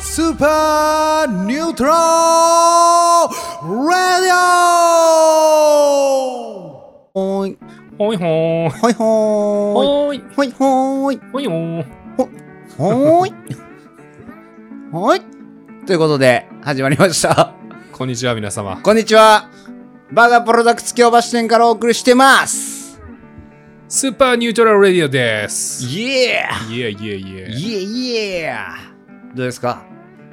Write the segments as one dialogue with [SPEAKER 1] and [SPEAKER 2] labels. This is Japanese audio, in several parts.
[SPEAKER 1] スーパーニュートラルラディオほーい、
[SPEAKER 2] ほいほーい。
[SPEAKER 1] ほいほーい、
[SPEAKER 2] ほ
[SPEAKER 1] ほ
[SPEAKER 2] ーい。
[SPEAKER 1] いほーい、
[SPEAKER 2] ほいほーい。
[SPEAKER 1] ほーい、ほーい。ということで、始まりました。
[SPEAKER 2] こんにちは、皆様。
[SPEAKER 1] こんにちは。バーガープロダクツ京橋店からお送りしてます。
[SPEAKER 2] スーパーニュートラルレディオです。
[SPEAKER 1] イエー
[SPEAKER 2] いえいえいえ。
[SPEAKER 1] イエイエーどうですか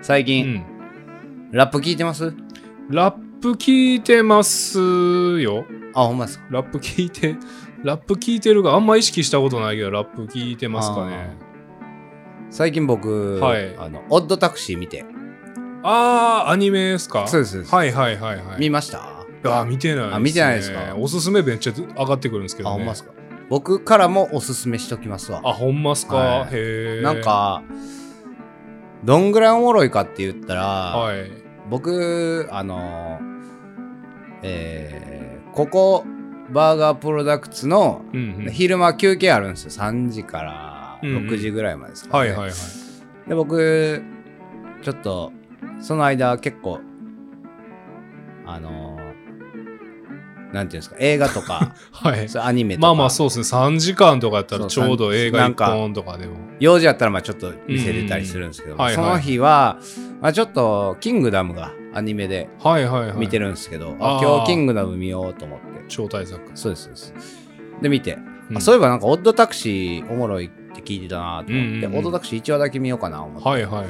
[SPEAKER 1] 最
[SPEAKER 2] う
[SPEAKER 1] 近、
[SPEAKER 2] ん。
[SPEAKER 1] ラップ聞いてます
[SPEAKER 2] ラップ聞いてますよ。
[SPEAKER 1] あ、ほんまですか
[SPEAKER 2] ラップ聞いて、ラップ聞いてるがあんま意識したことないけど、ラップ聞いてますかね。
[SPEAKER 1] 最近僕、
[SPEAKER 2] はい
[SPEAKER 1] あのオッドタクシー見て
[SPEAKER 2] あー、アニメですか
[SPEAKER 1] そうですそうです
[SPEAKER 2] はいはいはいはい。
[SPEAKER 1] 見ました、
[SPEAKER 2] あー、見てない、
[SPEAKER 1] あ見てないですか
[SPEAKER 2] おすすめめっちゃ上がってくるんですけ
[SPEAKER 1] あ
[SPEAKER 2] ど、ね。
[SPEAKER 1] ほんまですか僕からもおすすめしときますわ
[SPEAKER 2] あ、ほんまっすか、
[SPEAKER 1] はい
[SPEAKER 2] へえ。
[SPEAKER 1] なん、かどんぐらいおもろいかって言ったら、
[SPEAKER 2] はい。
[SPEAKER 1] 僕あのえーここバーガープロダクツの
[SPEAKER 2] うん、うん。
[SPEAKER 1] 昼間休憩あるんですよ3時から
[SPEAKER 2] うんうん
[SPEAKER 1] 6時ぐらいまでですか、
[SPEAKER 2] は
[SPEAKER 1] ね
[SPEAKER 2] いはいはい。
[SPEAKER 1] で僕ちょっとその間結構あのーなんていうんですか映画とか
[SPEAKER 2] はい。
[SPEAKER 1] そうアニメとか
[SPEAKER 2] まあまあそうですね3時間とかやった
[SPEAKER 1] そ
[SPEAKER 2] ら
[SPEAKER 1] う
[SPEAKER 2] ちょうど映画
[SPEAKER 1] なん
[SPEAKER 2] 1
[SPEAKER 1] か
[SPEAKER 2] 本とかでも
[SPEAKER 1] 用事やったらまあちょっと見せれたりするんですけど、
[SPEAKER 2] うんうんはい
[SPEAKER 1] そ
[SPEAKER 2] はい
[SPEAKER 1] の日は、まあ、ちょっと「キングダム」がアニメで
[SPEAKER 2] はいはいはい
[SPEAKER 1] 見てるんですけど、あ
[SPEAKER 2] あー
[SPEAKER 1] 今日「キングダム」見ようと思って
[SPEAKER 2] 超大作、
[SPEAKER 1] そうですそうですで見て、
[SPEAKER 2] うん
[SPEAKER 1] あそういえばなんか「オッドタクシー」おもろいって聞いてたなと思って、
[SPEAKER 2] うんうんうん
[SPEAKER 1] オッドタクシー1話だけ見ようかな思って、
[SPEAKER 2] はいはいは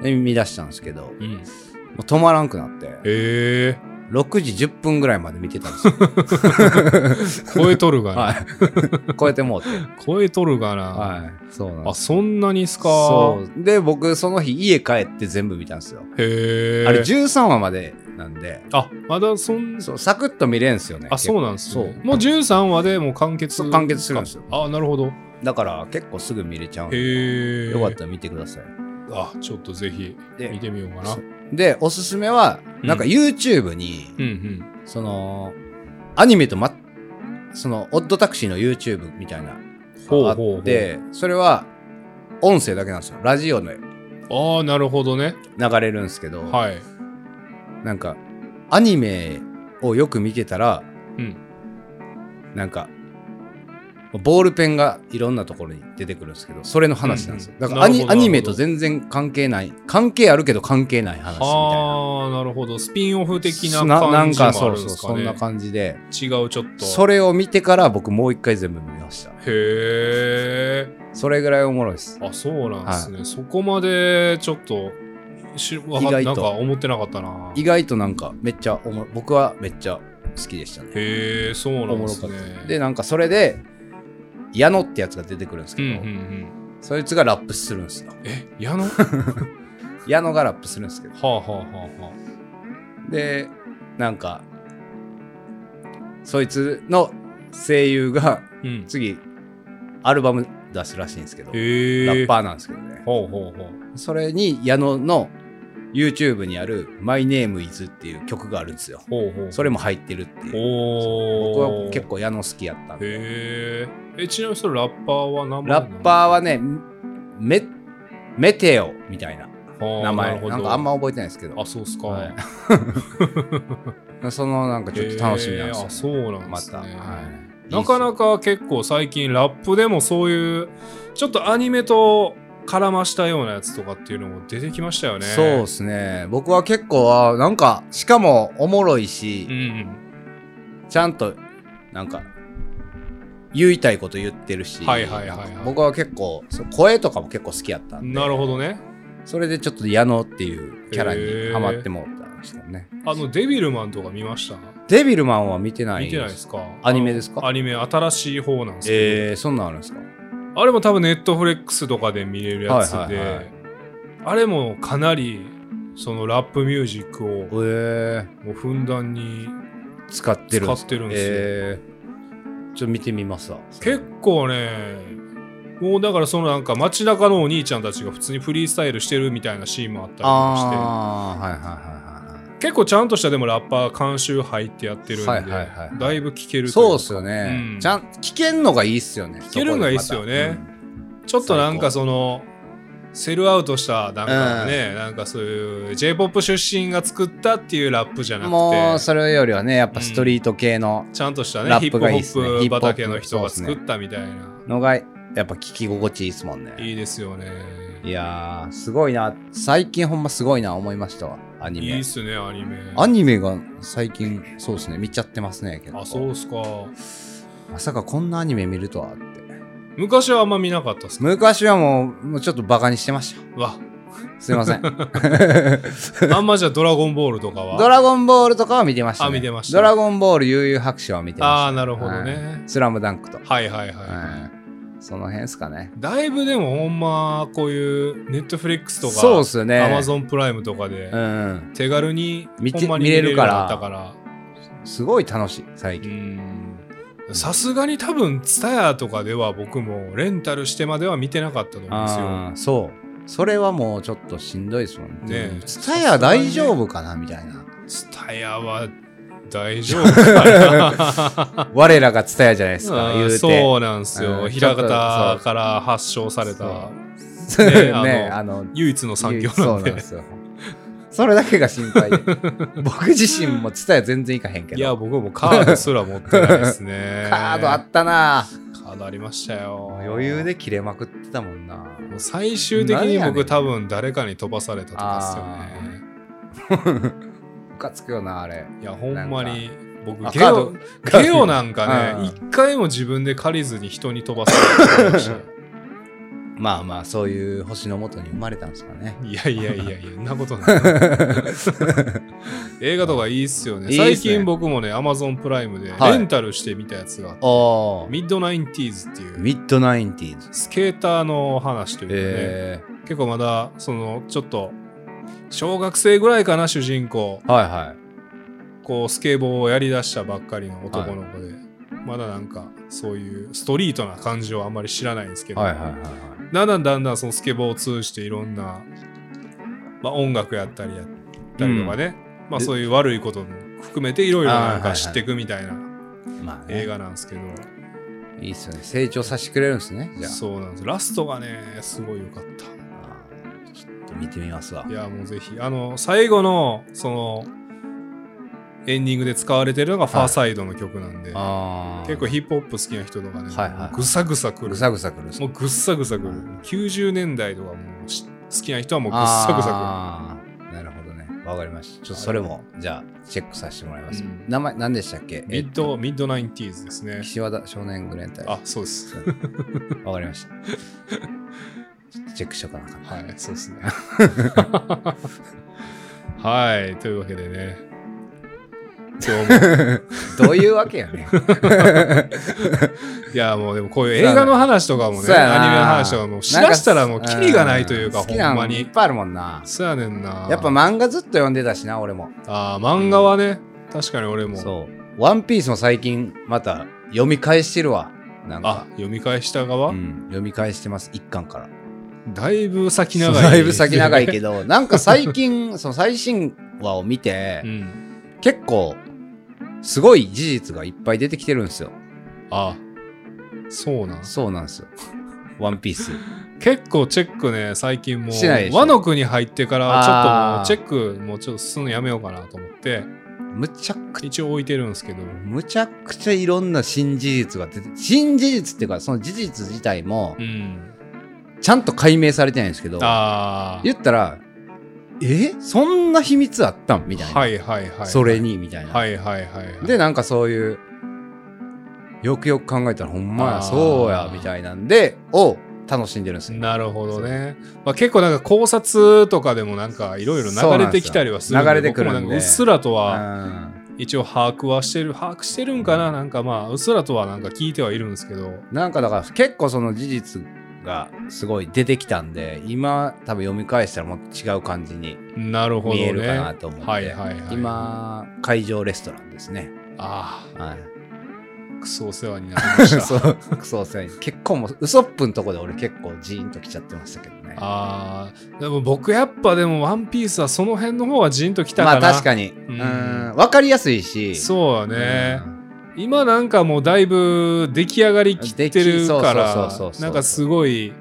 [SPEAKER 2] い、
[SPEAKER 1] で見出したんですけども
[SPEAKER 2] うん、
[SPEAKER 1] う止まらんくなって
[SPEAKER 2] ええ
[SPEAKER 1] 6時10分ぐらいまで見てたんですよ。
[SPEAKER 2] 超えとるが な、
[SPEAKER 1] はい。超えてもうて。
[SPEAKER 2] 超えとるがな、
[SPEAKER 1] はい。そうなんで
[SPEAKER 2] あ
[SPEAKER 1] す。
[SPEAKER 2] そんなにっすか
[SPEAKER 1] そう。で、僕、その日家帰って全部見たんですよ。
[SPEAKER 2] へえ
[SPEAKER 1] あれ13話までなんで、
[SPEAKER 2] あまだそん
[SPEAKER 1] そうサクッと見れんすよね。
[SPEAKER 2] あそう
[SPEAKER 1] な
[SPEAKER 2] なんですね
[SPEAKER 1] そう
[SPEAKER 2] もう13話でもう完結
[SPEAKER 1] そう完結するんですよ
[SPEAKER 2] あなるほど
[SPEAKER 1] だから結構すぐ見れちゃうんで。
[SPEAKER 2] へえ
[SPEAKER 1] よかったら見てください。
[SPEAKER 2] あちょっとぜひ
[SPEAKER 1] で
[SPEAKER 2] 見てみようかな
[SPEAKER 1] そうで、おすすめは、
[SPEAKER 2] うん
[SPEAKER 1] なんか YouTube に、
[SPEAKER 2] うんうん
[SPEAKER 1] その、アニメとま、その、オッドタクシーの YouTube みたいな、
[SPEAKER 2] ほう
[SPEAKER 1] あ
[SPEAKER 2] ほうほ
[SPEAKER 1] っ
[SPEAKER 2] う
[SPEAKER 1] て、それは、音声だけなんですよ。ラジオで
[SPEAKER 2] ああなるほどね
[SPEAKER 1] 流れるんですけど、
[SPEAKER 2] はい
[SPEAKER 1] なんかアニメをよく見てたら
[SPEAKER 2] うん
[SPEAKER 1] なんかボールペンがいろんなところに出てくるんですけどそれの話なんですよ、
[SPEAKER 2] うん
[SPEAKER 1] だからアニ
[SPEAKER 2] なるほど
[SPEAKER 1] アニメと全然関係ない関係あるけど関係ない話みたいな
[SPEAKER 2] ああなるほどスピンオフ的な
[SPEAKER 1] なな
[SPEAKER 2] 感
[SPEAKER 1] ん
[SPEAKER 2] じも
[SPEAKER 1] か
[SPEAKER 2] あ
[SPEAKER 1] そ
[SPEAKER 2] るん
[SPEAKER 1] う
[SPEAKER 2] ですか
[SPEAKER 1] そ
[SPEAKER 2] ね
[SPEAKER 1] うそんな感じで
[SPEAKER 2] 違うちょっと
[SPEAKER 1] それを見てから僕もう一回全部見ました
[SPEAKER 2] へえ
[SPEAKER 1] それぐらいおもろいです
[SPEAKER 2] あそうなんですね、そこまでちょっとしわか
[SPEAKER 1] 意外と
[SPEAKER 2] っなんか思ってなかったな
[SPEAKER 1] 意外となんかめっちゃおも僕はめっちゃ好きでしたね
[SPEAKER 2] へえそうなんです
[SPEAKER 1] おも
[SPEAKER 2] ね
[SPEAKER 1] ろでなんかそれで矢野ってやつが出てくるんです
[SPEAKER 2] う
[SPEAKER 1] け
[SPEAKER 2] んうん
[SPEAKER 1] ど、
[SPEAKER 2] うん
[SPEAKER 1] そいつがラップするんですよ
[SPEAKER 2] え矢 野はあ
[SPEAKER 1] 矢野がラップするんですけど
[SPEAKER 2] はあはあは
[SPEAKER 1] でなんかそいつの声優が
[SPEAKER 2] あうん
[SPEAKER 1] 次アルバム出すらしいんですけど、
[SPEAKER 2] へえ
[SPEAKER 1] ラッパ
[SPEAKER 2] ー
[SPEAKER 1] ーなんですけどね
[SPEAKER 2] ほうほうほう
[SPEAKER 1] それに矢野の YouTube にある「MyNameIs」っていう曲があるんですよ
[SPEAKER 2] ほうほう
[SPEAKER 1] それも入ってるっていう
[SPEAKER 2] お
[SPEAKER 1] 僕
[SPEAKER 2] お
[SPEAKER 1] は結構矢野好きやったんで
[SPEAKER 2] へええちなみにそれラッパーは名前
[SPEAKER 1] ラッパーはねメメテオみたいな
[SPEAKER 2] ー
[SPEAKER 1] 名前なんかあんま
[SPEAKER 2] あ
[SPEAKER 1] 覚えてないですけど
[SPEAKER 2] そうっすか、
[SPEAKER 1] はいそのなんかちょっと楽しみなんですよ、
[SPEAKER 2] へーあそうなんで
[SPEAKER 1] ますた、
[SPEAKER 2] ね
[SPEAKER 1] はい
[SPEAKER 2] な
[SPEAKER 1] か
[SPEAKER 2] かなか結構最近ラップでもそういうちょっとアニメと絡ましたようなやつとかっていうのも出てきましたよね。
[SPEAKER 1] そうですね。僕は結構、あなんか、しかもおもろいし
[SPEAKER 2] う、ん
[SPEAKER 1] ちゃんと、なんか、言いたいこと言ってるし、
[SPEAKER 2] はいはいはいはい
[SPEAKER 1] 僕は結構、そう声とかも結構好きやった
[SPEAKER 2] うんん。
[SPEAKER 1] で、
[SPEAKER 2] なるほどね。
[SPEAKER 1] それでちょっと矢野っていうキャラ
[SPEAKER 2] へ
[SPEAKER 1] に
[SPEAKER 2] ー
[SPEAKER 1] ハマってもうたんですよね。
[SPEAKER 2] あのデビルマンとか見ました
[SPEAKER 1] デビルマンは見てない
[SPEAKER 2] 見てないですか
[SPEAKER 1] アニメですか
[SPEAKER 2] あのアニメ新しい方なんですけ
[SPEAKER 1] えー、そんなんあるんですか
[SPEAKER 2] ど、あれも多分ネットフレックスとかで見れるやつで、
[SPEAKER 1] はいはいはい
[SPEAKER 2] あれもかなりそのラップミュージックを
[SPEAKER 1] えー、
[SPEAKER 2] もうふんだんに
[SPEAKER 1] 使ってるん
[SPEAKER 2] 使
[SPEAKER 1] で
[SPEAKER 2] っ
[SPEAKER 1] す
[SPEAKER 2] てるんですよ。
[SPEAKER 1] えー、ちょっと見てみますわ。
[SPEAKER 2] 結構ねもうだからそのなんか街中のお兄ちゃんたちが普通にフリースタイルしてるみたいなシーンもあったりとか
[SPEAKER 1] あー、はいはいはいはいはい
[SPEAKER 2] して結構ちゃんとしたでもラッパー監修入ってやってるんで、
[SPEAKER 1] はいはいはい
[SPEAKER 2] だいぶ聴けるとい
[SPEAKER 1] そう
[SPEAKER 2] か
[SPEAKER 1] っすよね、
[SPEAKER 2] うん
[SPEAKER 1] ちゃん聞けんのがいいっすよね
[SPEAKER 2] 聞けるのがいいっすよねちょっとなんかそのセルアウトしたなんかね、なんかそういう j p o p 出身が作ったっていうラップじゃなくて
[SPEAKER 1] もうそれよりはねやっぱストリート系の
[SPEAKER 2] ちゃんとしたね
[SPEAKER 1] ラ
[SPEAKER 2] ヒ
[SPEAKER 1] ッ
[SPEAKER 2] ップ
[SPEAKER 1] プ
[SPEAKER 2] ホ
[SPEAKER 1] がいいっすね
[SPEAKER 2] ップ
[SPEAKER 1] ヒッ
[SPEAKER 2] 畑
[SPEAKER 1] プホ
[SPEAKER 2] の
[SPEAKER 1] ップ
[SPEAKER 2] 人が
[SPEAKER 1] そうっすね
[SPEAKER 2] 作ったみたいな、
[SPEAKER 1] のがやっぱ聞き心地いいですもんね
[SPEAKER 2] いいですよね
[SPEAKER 1] いやーすごいな最近ほんますごいな思いましたわアニ
[SPEAKER 2] いい
[SPEAKER 1] メ
[SPEAKER 2] っすねアニメ
[SPEAKER 1] アニメが最近そうですね見ちゃってますね結構
[SPEAKER 2] あそうっすか
[SPEAKER 1] まさかこんなアニメ見るとはって
[SPEAKER 2] 昔はあんま見なかったっすか
[SPEAKER 1] 昔はもうもうちょっとバカにしてました
[SPEAKER 2] わ
[SPEAKER 1] すいま せん
[SPEAKER 2] あんまじゃあドラゴンボールとかは
[SPEAKER 1] ドラゴンボールとかは見てました、ね、
[SPEAKER 2] あ見てました
[SPEAKER 1] ドラゴンボール悠々白書は見て
[SPEAKER 2] あ
[SPEAKER 1] ま
[SPEAKER 2] あ
[SPEAKER 1] し
[SPEAKER 2] なるほどね、
[SPEAKER 1] たスラムダンクと、
[SPEAKER 2] はいはいはい、
[SPEAKER 1] うんその辺ですかね
[SPEAKER 2] だいぶでもほんまこういうネットフリックスとか
[SPEAKER 1] そうっすね
[SPEAKER 2] アマゾンプライムとかで
[SPEAKER 1] うん
[SPEAKER 2] 手軽に
[SPEAKER 1] 見て
[SPEAKER 2] ほんまに
[SPEAKER 1] 見れるから
[SPEAKER 2] 見れるようになったから
[SPEAKER 1] すごい楽しい最
[SPEAKER 2] う
[SPEAKER 1] 近
[SPEAKER 2] んさすがに多分 TSUTAYA とかでは僕もレンタルしてまでは見てなかったと思うんですよ
[SPEAKER 1] あーそうそれはもうちょっとしんどいですもん
[SPEAKER 2] ねえ
[SPEAKER 1] ツタヤ大丈夫かなみたいな
[SPEAKER 2] TSUTAYA は大丈夫かな
[SPEAKER 1] 我らがツタヤじゃないですか
[SPEAKER 2] あ
[SPEAKER 1] 言う
[SPEAKER 2] ー
[SPEAKER 1] て
[SPEAKER 2] そうなんです
[SPEAKER 1] う
[SPEAKER 2] よ
[SPEAKER 1] ん
[SPEAKER 2] 平
[SPEAKER 1] ちょっ
[SPEAKER 2] 方
[SPEAKER 1] と
[SPEAKER 2] から発祥された
[SPEAKER 1] そう
[SPEAKER 2] ね
[SPEAKER 1] ね
[SPEAKER 2] あの
[SPEAKER 1] あの
[SPEAKER 2] 唯一の産業なん
[SPEAKER 1] そうなん
[SPEAKER 2] で
[SPEAKER 1] ですよそれだけが心配 で僕自身もツタヤ全然いかへんけ
[SPEAKER 2] いや
[SPEAKER 1] ど
[SPEAKER 2] 僕もカードすら持ってないですね
[SPEAKER 1] カードあったな
[SPEAKER 2] カードありましたよ
[SPEAKER 1] 余裕で切れまくってたもんな
[SPEAKER 2] もう最終的に
[SPEAKER 1] なんやね
[SPEAKER 2] 僕
[SPEAKER 1] ん
[SPEAKER 2] 多分誰かに飛ばされたとかですよね
[SPEAKER 1] ムカつくよなあれ
[SPEAKER 2] いやほんまに僕
[SPEAKER 1] あ
[SPEAKER 2] ゲ
[SPEAKER 1] カー
[SPEAKER 2] オ
[SPEAKER 1] ド
[SPEAKER 2] ゲオなんかね
[SPEAKER 1] うん
[SPEAKER 2] 一回も自分で借りずに人に飛ばされた ことありまし
[SPEAKER 1] まあまあそういう星のもとに生まれたんですかね
[SPEAKER 2] たいやいやいやいやそんなこと ない映画とかいいっすよね
[SPEAKER 1] いいっすね
[SPEAKER 2] 最近僕もね Amazon プライムで
[SPEAKER 1] はい
[SPEAKER 2] レンタルしてみたやつがあって、
[SPEAKER 1] ああ
[SPEAKER 2] ミッドナインティーズっていう
[SPEAKER 1] ミッドナインティーズ
[SPEAKER 2] スケーターの話というかね、
[SPEAKER 1] え
[SPEAKER 2] 結構まだそのちょっと小学生ぐらいかな主人公
[SPEAKER 1] ー、はいはい
[SPEAKER 2] こうスケボーをやりだしたばっかりの男の子で、まだなんかそういうストリートな感じをあんまり知らないんですけど、
[SPEAKER 1] はいはいはいはい
[SPEAKER 2] だんだんだんだんそのスケボーを通じていろんな、まあ、音楽やったりやったりとかね、まあ、
[SPEAKER 1] で
[SPEAKER 2] そういう悪いことも含めていろいろなん
[SPEAKER 1] あーはいは
[SPEAKER 2] か
[SPEAKER 1] い
[SPEAKER 2] 知っていくみたいな
[SPEAKER 1] まあ、ね、
[SPEAKER 2] 映画なんですけど、
[SPEAKER 1] いいっすよね成長させてくれるんですねじゃあ
[SPEAKER 2] そうなんですラストがねすごい良かった。
[SPEAKER 1] あーちょっと見てみますわ
[SPEAKER 2] いやもうぜひあの最後のそのエンディングで使われてるのがファーサイドの曲なんで、
[SPEAKER 1] ああ
[SPEAKER 2] 結構ヒップホップ好きな人とかね、
[SPEAKER 1] はいはい
[SPEAKER 2] ぐさぐさくる
[SPEAKER 1] ぐさぐさくるっす
[SPEAKER 2] もうぐっさぐさくる、
[SPEAKER 1] うん
[SPEAKER 2] 90年代とかもうし好きな人はもうぐっさぐさ
[SPEAKER 1] あーなるほどねわかりましたちょっとそれもじゃあチェックさせてもらいます、
[SPEAKER 2] うん
[SPEAKER 1] 名前何でしたっけ
[SPEAKER 2] くるミッド、ミッドナインティーズですね
[SPEAKER 1] 岸和田少年グレン隊
[SPEAKER 2] あそうです
[SPEAKER 1] わかりましたちょっとチェックしようかな
[SPEAKER 2] はいそうですね はいというわけでね今日も
[SPEAKER 1] どういうわけやね
[SPEAKER 2] いやもうでもこういう映画の話とかもね、
[SPEAKER 1] そうやな
[SPEAKER 2] アニメの話とかもしだしたらもうキリがないというか、
[SPEAKER 1] ん好
[SPEAKER 2] ほ
[SPEAKER 1] きなんの
[SPEAKER 2] ま
[SPEAKER 1] いっ
[SPEAKER 2] に。
[SPEAKER 1] ぱいあるもんな
[SPEAKER 2] そうやねんな。
[SPEAKER 1] やっぱ漫画ずっと読んでたしな俺も
[SPEAKER 2] あー漫画はね、確かに俺も。
[SPEAKER 1] そう「ワンピースも最近また読み返してるわなんか、
[SPEAKER 2] あ読み返した側、
[SPEAKER 1] うん、読み返してます一巻から
[SPEAKER 2] だいぶ先
[SPEAKER 1] そう
[SPEAKER 2] 長い。
[SPEAKER 1] だいぶ先長いけ
[SPEAKER 2] ど。
[SPEAKER 1] どなんか最近その最新話を見て、
[SPEAKER 2] うん。
[SPEAKER 1] 結構すごい事実がいっぱい出てきてるんですよ
[SPEAKER 2] あそうなん。
[SPEAKER 1] そうなんですよ「ワンピース
[SPEAKER 2] 結構チェックね、最近もう
[SPEAKER 1] してないでしょ
[SPEAKER 2] 和の国入ってから、ちょ
[SPEAKER 1] あー
[SPEAKER 2] っともうチェック、もうちょっとするのやめようかなと思って、
[SPEAKER 1] むちゃくちゃ
[SPEAKER 2] 一応置いてるんですけど。
[SPEAKER 1] むちゃくちゃいろんな新事実が出て新事実っていうかその事実自体も
[SPEAKER 2] うん。
[SPEAKER 1] ちゃんと解明されてないんですけど
[SPEAKER 2] ああ。
[SPEAKER 1] 言ったら「えそんな秘密あったん?」みたいな、
[SPEAKER 2] はいはいはい。
[SPEAKER 1] それ。にみたいな、
[SPEAKER 2] はいはいはい、はい。
[SPEAKER 1] でなんかそういうよくよく考えたらほんま
[SPEAKER 2] あー
[SPEAKER 1] やそうやみたいなんでを楽しんでるんですよ
[SPEAKER 2] なるほどね。まあ、結構なんか考察とかでもなんかいろいろ流れてきたりはするんで
[SPEAKER 1] そうなんですよ流れ
[SPEAKER 2] 僕もな
[SPEAKER 1] てくるん
[SPEAKER 2] ん
[SPEAKER 1] で
[SPEAKER 2] かうっすらとは
[SPEAKER 1] うん
[SPEAKER 2] 一応把握はしてる把握してるんかななんかまあうっすらとはなんか聞いてはいるんですけど
[SPEAKER 1] なんかだから結構その事実がすごい出てきたんで今多分読み返したらもっと違う感じに
[SPEAKER 2] なるほど
[SPEAKER 1] 見
[SPEAKER 2] ね。
[SPEAKER 1] えるかなと思って、
[SPEAKER 2] はいはいはい。
[SPEAKER 1] 今会場レストランですね
[SPEAKER 2] あ
[SPEAKER 1] はい
[SPEAKER 2] あクソお世話になりました。
[SPEAKER 1] そうクソお世話に結構もうウソップのとこで俺結構ジーンときちゃってましたけどね
[SPEAKER 2] ああでも僕やっぱでも「ワンピースはその辺の方はジンときた
[SPEAKER 1] ま
[SPEAKER 2] か
[SPEAKER 1] あ
[SPEAKER 2] な。
[SPEAKER 1] 確かに
[SPEAKER 2] ん
[SPEAKER 1] うんわかりやすいし
[SPEAKER 2] そうだね。
[SPEAKER 1] うん
[SPEAKER 2] 今なんかもうだいぶ出来上がりきってるか
[SPEAKER 1] 出来そうそうそう
[SPEAKER 2] ら
[SPEAKER 1] そう
[SPEAKER 2] なんかすごい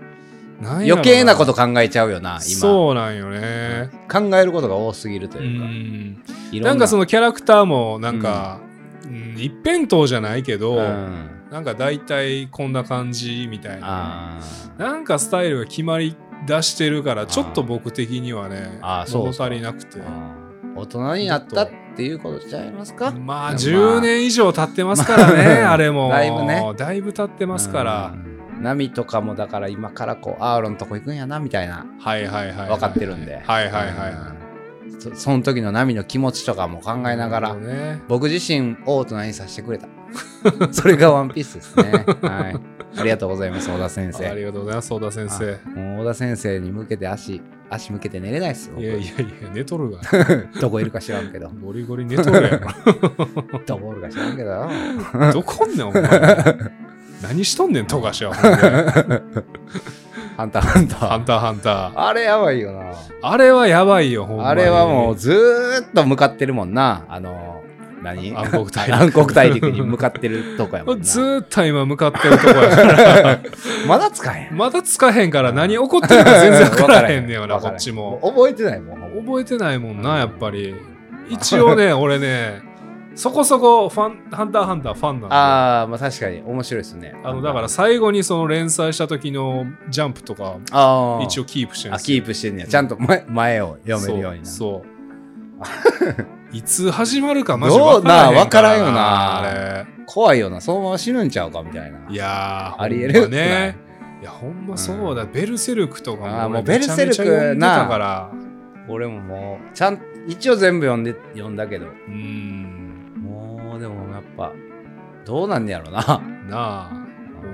[SPEAKER 2] なんやろ
[SPEAKER 1] 余計なこと考えちゃうよな、今。
[SPEAKER 2] そうなんよね。
[SPEAKER 1] 考えることが多すぎると
[SPEAKER 2] う
[SPEAKER 1] いうか。
[SPEAKER 2] ん。
[SPEAKER 1] いろ
[SPEAKER 2] なんかそ
[SPEAKER 1] の、
[SPEAKER 2] のキャラクターもなんか、うん一辺倒じゃないけど、
[SPEAKER 1] うん、
[SPEAKER 2] なんか大体こんな感じみたいな。
[SPEAKER 1] あー
[SPEAKER 2] なんかスタイルが決まり出してるから、
[SPEAKER 1] ー
[SPEAKER 2] ちょっと僕的にはね、
[SPEAKER 1] あーそう
[SPEAKER 2] 物足りなくて。
[SPEAKER 1] うん大人になったっていうことちゃいますか
[SPEAKER 2] まあ
[SPEAKER 1] まあ
[SPEAKER 2] 10年以上経ってますから ね、
[SPEAKER 1] まあ
[SPEAKER 2] あれも。
[SPEAKER 1] だいぶね。
[SPEAKER 2] だいぶ経ってますから。
[SPEAKER 1] うん。ナミとかもだから今からこう、アーロンとこ行くんやな、みたいな。
[SPEAKER 2] はいはいはいはい。
[SPEAKER 1] 分かってるんで。
[SPEAKER 2] はいはいはいはい。
[SPEAKER 1] うんそその時のナミの気持ちとかも考えなが
[SPEAKER 2] な
[SPEAKER 1] ら
[SPEAKER 2] るほ、どね
[SPEAKER 1] 僕自身を大人にさせてくれた。 それがワンピースですね。はい。ありがとうございます、小田先
[SPEAKER 2] あり
[SPEAKER 1] 生。
[SPEAKER 2] がとうございます、相田先生。
[SPEAKER 1] もう小田先生に向けて足、足向けて寝れないですよ
[SPEAKER 2] い。やいやいや、寝とるが。
[SPEAKER 1] 僕どこいるか知らんけ ど。
[SPEAKER 2] ゴリゴリ寝とるや
[SPEAKER 1] どこおるか知らんけどよ。
[SPEAKER 2] ろ。 どこおんねん、お前。何しとんねん、富樫は。ほんで
[SPEAKER 1] ハンターハンタ
[SPEAKER 2] ハ
[SPEAKER 1] ー。
[SPEAKER 2] ンターハンター。
[SPEAKER 1] あれやばいよな。
[SPEAKER 2] あれはやばいよ、ほんまに
[SPEAKER 1] あれはもう、ずーっと向かってるもんな。あの、何
[SPEAKER 2] 暗黒大陸
[SPEAKER 1] 暗黒大陸に向かってるとこやもんな。
[SPEAKER 2] ずーっと今向かってるとこやから。
[SPEAKER 1] まだ使えん。
[SPEAKER 2] まだつかへんから何起こってるか全然分からへんねんよな、
[SPEAKER 1] わ
[SPEAKER 2] こ
[SPEAKER 1] から
[SPEAKER 2] っちも。
[SPEAKER 1] う覚えてないもん。
[SPEAKER 2] 覚えてないもんな、やっぱり。一応ね、俺ね、そこそこファン、ハンターハンターファンなんで。あ
[SPEAKER 1] ああ、まあ確かに面白いですね。
[SPEAKER 2] の、だから最後にその連載した時のジャンプとか、
[SPEAKER 1] ああ
[SPEAKER 2] 一応キープしてるん
[SPEAKER 1] あ
[SPEAKER 2] ですよ
[SPEAKER 1] キープしてんねやちゃんと前前を読めるようにな
[SPEAKER 2] そうそう。いつ始まるかマジ
[SPEAKER 1] ど
[SPEAKER 2] わ
[SPEAKER 1] う
[SPEAKER 2] か
[SPEAKER 1] な
[SPEAKER 2] らへんから
[SPEAKER 1] わからんよ
[SPEAKER 2] あ
[SPEAKER 1] 怖いよなそのまま死ぬんちゃうかみたいな
[SPEAKER 2] れ。いやー、
[SPEAKER 1] ありえる
[SPEAKER 2] ほんまね。いや、ほんまそうだ。ベルセルクとか
[SPEAKER 1] あー
[SPEAKER 2] も
[SPEAKER 1] も
[SPEAKER 2] 俺
[SPEAKER 1] う
[SPEAKER 2] めちゃめちゃ
[SPEAKER 1] ベルセ
[SPEAKER 2] 読
[SPEAKER 1] ル
[SPEAKER 2] ん
[SPEAKER 1] ク
[SPEAKER 2] で
[SPEAKER 1] な
[SPEAKER 2] たから。
[SPEAKER 1] 俺ももうちゃん一応全部読んで読んだけど
[SPEAKER 2] うん。
[SPEAKER 1] もうでもやっぱどうなんねやろな
[SPEAKER 2] なあ。